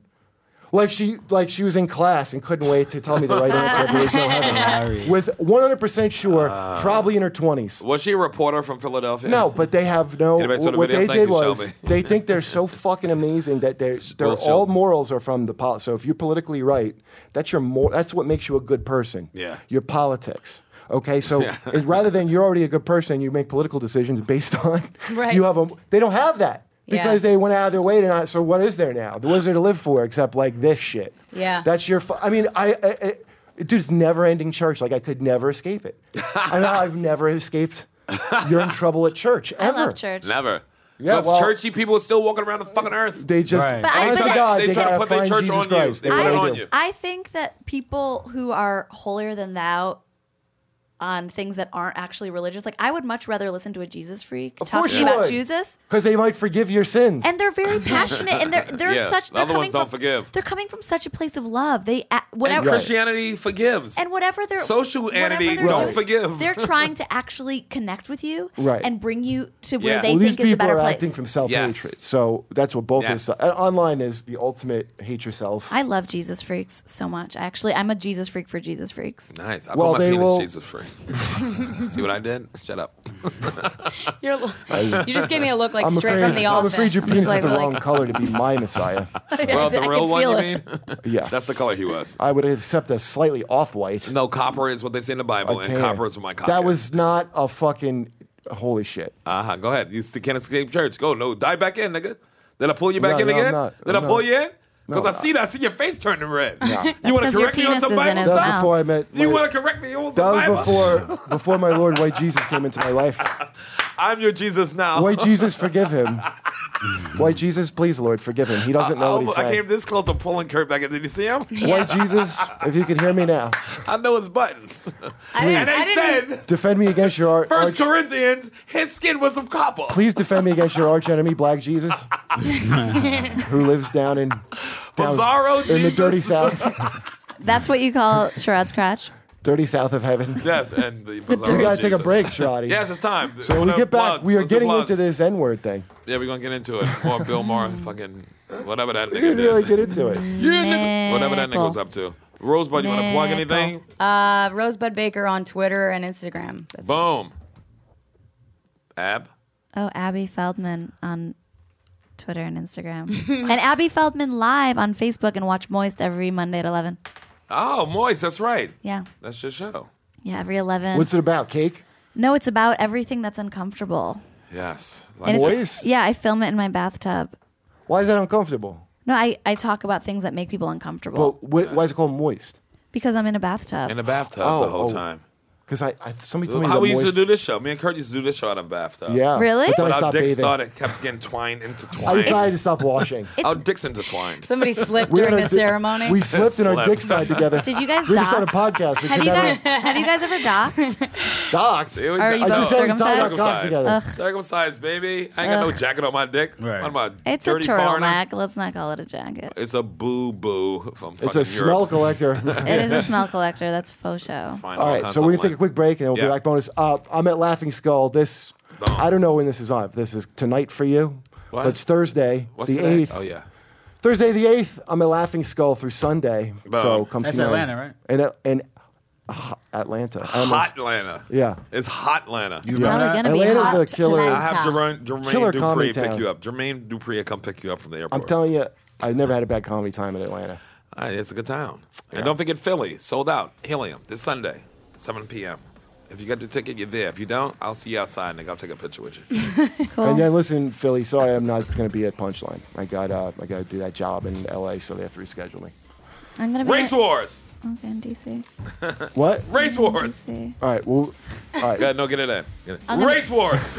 G: Like she like she was in class and couldn't wait to tell me the right answer. There is no heaven. With 100% sure, probably in her 20s.
B: Was she a reporter from Philadelphia?
G: No, but they have no.
B: Anybody saw the
G: What
B: video?
G: they
B: Thank
G: did
B: you,
G: was
B: Shelby.
G: they think they're so fucking amazing that they're, they're
B: Will
G: all
B: Shelby.
G: morals are from the politics. So if you're politically right, that's your mor- That's what makes you a good person.
B: Yeah.
G: Your politics. Okay, so it- rather than you're already a good person, you make political decisions based on
F: Right.
G: you have a. They don't have that
F: Yeah.
G: because they went out of their way to not. So what is there now? What is there to live for except like this shit?
F: Yeah.
G: that's your. Fu- I mean, I. I, I Dude's never-ending church. Like I could never escape it. I know I've never escaped. You're in trouble at church.
E: I
G: Ever.
E: love church.
B: Never.
G: Yeah,
B: Those
G: well-
B: churchy people are still walking around the fucking earth.
G: They just,
H: Right.
E: But I-
G: honest
E: but
G: to
E: I-
G: God,
B: they
G: they,
B: try to
G: gotta
B: put their
G: find
B: church
G: Jesus
B: on you.
G: Christ.
B: They
G: That's
B: put it
G: what
B: on
G: do.
B: you.
E: I think that people who are holier than thou on things that aren't actually religious, like I would much rather listen to a Jesus freak talk
G: course
E: to me
G: you
E: about
G: would.
E: Jesus.
G: Because they might forgive your sins.
E: And they're very passionate, and they're they're
B: Yeah,
E: such.
B: the
E: They're
B: other
E: coming
B: ones don't
E: from,
B: forgive.
E: They're coming from such a place of love. They a-
B: And
E: whatever
B: Christianity forgives.
E: and whatever they're
B: Social
E: whatever
B: entity
E: they're
B: don't
E: doing,
B: forgive.
E: They're trying to actually connect with you,
G: Right.
E: and bring you to where
B: Yeah.
E: they
G: well, these
E: think is a
G: people
E: better
G: are
E: place.
G: acting from self-hatred.
B: Yes.
G: So that's what both
B: Yes.
G: is. and Online is the ultimate hate yourself.
E: I love Jesus freaks so much. I actually, I'm a Jesus freak for Jesus freaks.
B: nice. I
G: Well,
B: call my
G: they
B: penis
G: will-
B: Jesus free. See what I did? Shut up.
F: you're, you just gave me a look like
G: I'm
F: straight
G: afraid,
F: from the
G: I'm
F: office.
G: afraid your
F: It's
G: penis
F: like,
G: is the
F: like,
G: wrong color to be my messiah.
B: Well,
E: I
B: the
E: can
B: real one,
E: feel
B: you
E: it.
B: mean?
G: Yeah.
B: That's the color he was.
G: I would accept a slightly off-white.
B: No, copper is what they say in the Bible,
G: a
B: and
G: tan.
B: copper is my copper.
G: Oh, That was not a fucking... Holy shit.
B: Uh huh. Go ahead. You still can't escape church. Go. No, dive back in, nigga. Did I pull you back
G: No,
B: in
G: no, I'm
B: again?
G: not.
B: Did I
G: I'm
B: pull
G: not.
B: you in? Because
G: No,
B: I see that. I see your face turning red. You
E: That's
B: want to
E: 'cause your
B: correct me on
E: penis
B: some
E: is in
B: Bible
E: his
G: That was
E: mouth.
B: stuff?
G: before I met...
B: You
G: my-
B: want to correct me on
G: that
B: some Bible?
G: was before, before my Lord, white Jesus came into my life.
B: I'm your Jesus now.
G: Why Jesus forgive him? Why Jesus, please, Lord, forgive him. He doesn't
B: I,
G: know what he's
B: I
G: saying.
B: came this close to pulling Kurt back in. Did you see him?
G: Why Jesus, if you can hear me now,
B: I know his buttons.
F: I didn't-
B: and they
F: I didn't-
B: said,
G: defend me against your arch.
B: First
G: arch-
B: Corinthians, his skin was of copper.
G: please defend me against your arch enemy, Black Jesus, who lives down in down
B: Bizarro
G: in the dirty
B: Jesus.
G: south,
E: That's what you call Sherrod Scratch.
G: dirty south of heaven.
B: Yes, and the bizarre
G: We gotta
B: Jesus.
G: take a break, Shoddy.
B: Yes, it's time.
G: So when we
B: Wanna
G: get back,
B: plugs.
G: we are
B: Let's do
G: getting
B: plugs.
G: into this N word thing.
B: Yeah, we're gonna get into it. More Bill Maher, fucking whatever that
G: We
B: nigga
G: didn't really
B: did.
G: get into it.
B: Yeah, nigga. Whatever that
E: Nipple.
B: nigga was up to. Rosebud, you want to plug
E: Nipple.
B: anything?
F: uh, Rosebud Baker on Twitter and Instagram. That's
B: Boom. Ab.
E: Oh, Abby Feldman on Twitter and Instagram, and Abby Feldman live on Facebook, and watch Moist every Monday at eleven.
B: Oh, Moist, that's right.
E: Yeah,
B: That's your show.
E: yeah, every eleven.
G: What's it about? Cake?
E: no, it's about everything that's uncomfortable.
B: Yes. Like,
E: And it's-
G: Moist?
E: yeah, I film it in my bathtub.
G: Why is that uncomfortable?
E: No, I, I talk about things that make people uncomfortable
G: But wh- why is it called moist?
E: because I'm in a bathtub.
B: in the bathtub the
G: Oh,
B: whole
G: oh.
B: time.
G: Because I, I somebody told me
B: How
G: that
B: we used
G: moist.
B: to do this show. Me and Kurt used to do this show out of bathtub.
G: yeah,
E: Really?
G: But then
B: But
G: I
B: our
G: stopped
B: dicks
G: bathing.
B: started kept getting twined,
G: I decided
B: intertwined.
G: to stop washing.
B: Our dicks intertwined.
F: Somebody slipped
G: We
F: during
G: had
F: the
G: our di-
F: ceremony.
G: We slipped and our
B: Slept.
G: dicks tied together.
E: Did you guys
G: We could
E: dock?
G: start a podcast. We
E: have
G: could
E: you guys
G: have
E: have you guys ever docked?
G: docs.
B: Here we
E: Are
B: go.
E: you
G: I
E: both
G: just had a
E: circumcised?
G: doc docs
B: circumcised?
G: together.
B: Circumcised, baby. I ain't got no jacket on my dick.
H: Right.
B: What am I,
E: It's a
B: dirty foreigner?
E: turtleneck. Let's not call it a jacket.
B: It's a boo boo from
G: It's
B: fucking
G: a smell
B: Europe.
G: collector.
E: It is a smell collector. That's faux show.
B: Find
G: All right,
B: kinds
G: so we're
B: of
G: gonna take a quick break and we'll be
B: Yeah.
G: back. Bonus. Uh, I'm at Laughing Skull. This
B: Boom.
G: I don't know when this is on. If this is tonight for you,
B: What?
G: but it's Thursday,
B: What's
G: the
B: today?
G: eighth.
B: Oh yeah.
G: Thursday the eighth. I'm at Laughing Skull through Sunday.
B: Boom.
G: So come
H: That's
G: see me.
H: Atlanta, right?
G: And uh, and uh, Atlanta. I almost-
B: Hot Atlanta.
G: Yeah.
B: It's hot Atlanta.
H: You
E: Probably
H: remember that?
E: gonna be
G: Atlanta's
E: hot
G: a killer-
E: tonight.
B: I have Jermaine, Jermaine
G: Killer
B: Dupree
G: comedy
B: pick
G: town.
B: you up. Jermaine Dupree come pick you up from the airport.
G: I'm telling you, I've never had a bad comedy time in Atlanta.
B: All right, it's a good town. And don't forget Philly, sold out. Helium this Sunday, 7 p.m. If you get the ticket, you're there. If you don't, I'll see you outside, nigga. I'll take a picture with you.
H: Oh.
E: Cool.
G: And then listen, Philly. Sorry, I'm not going to be at Punchline. I got uh, I got to do that job in L.A., so they have to reschedule me.
E: I'm gonna be
B: Race wars.
E: Okay, in DC.
G: What?
B: Race wars.
E: DC.
G: All right. Well. All right.
B: Yeah, no, get it in. Get it.
E: never-
B: Race wars.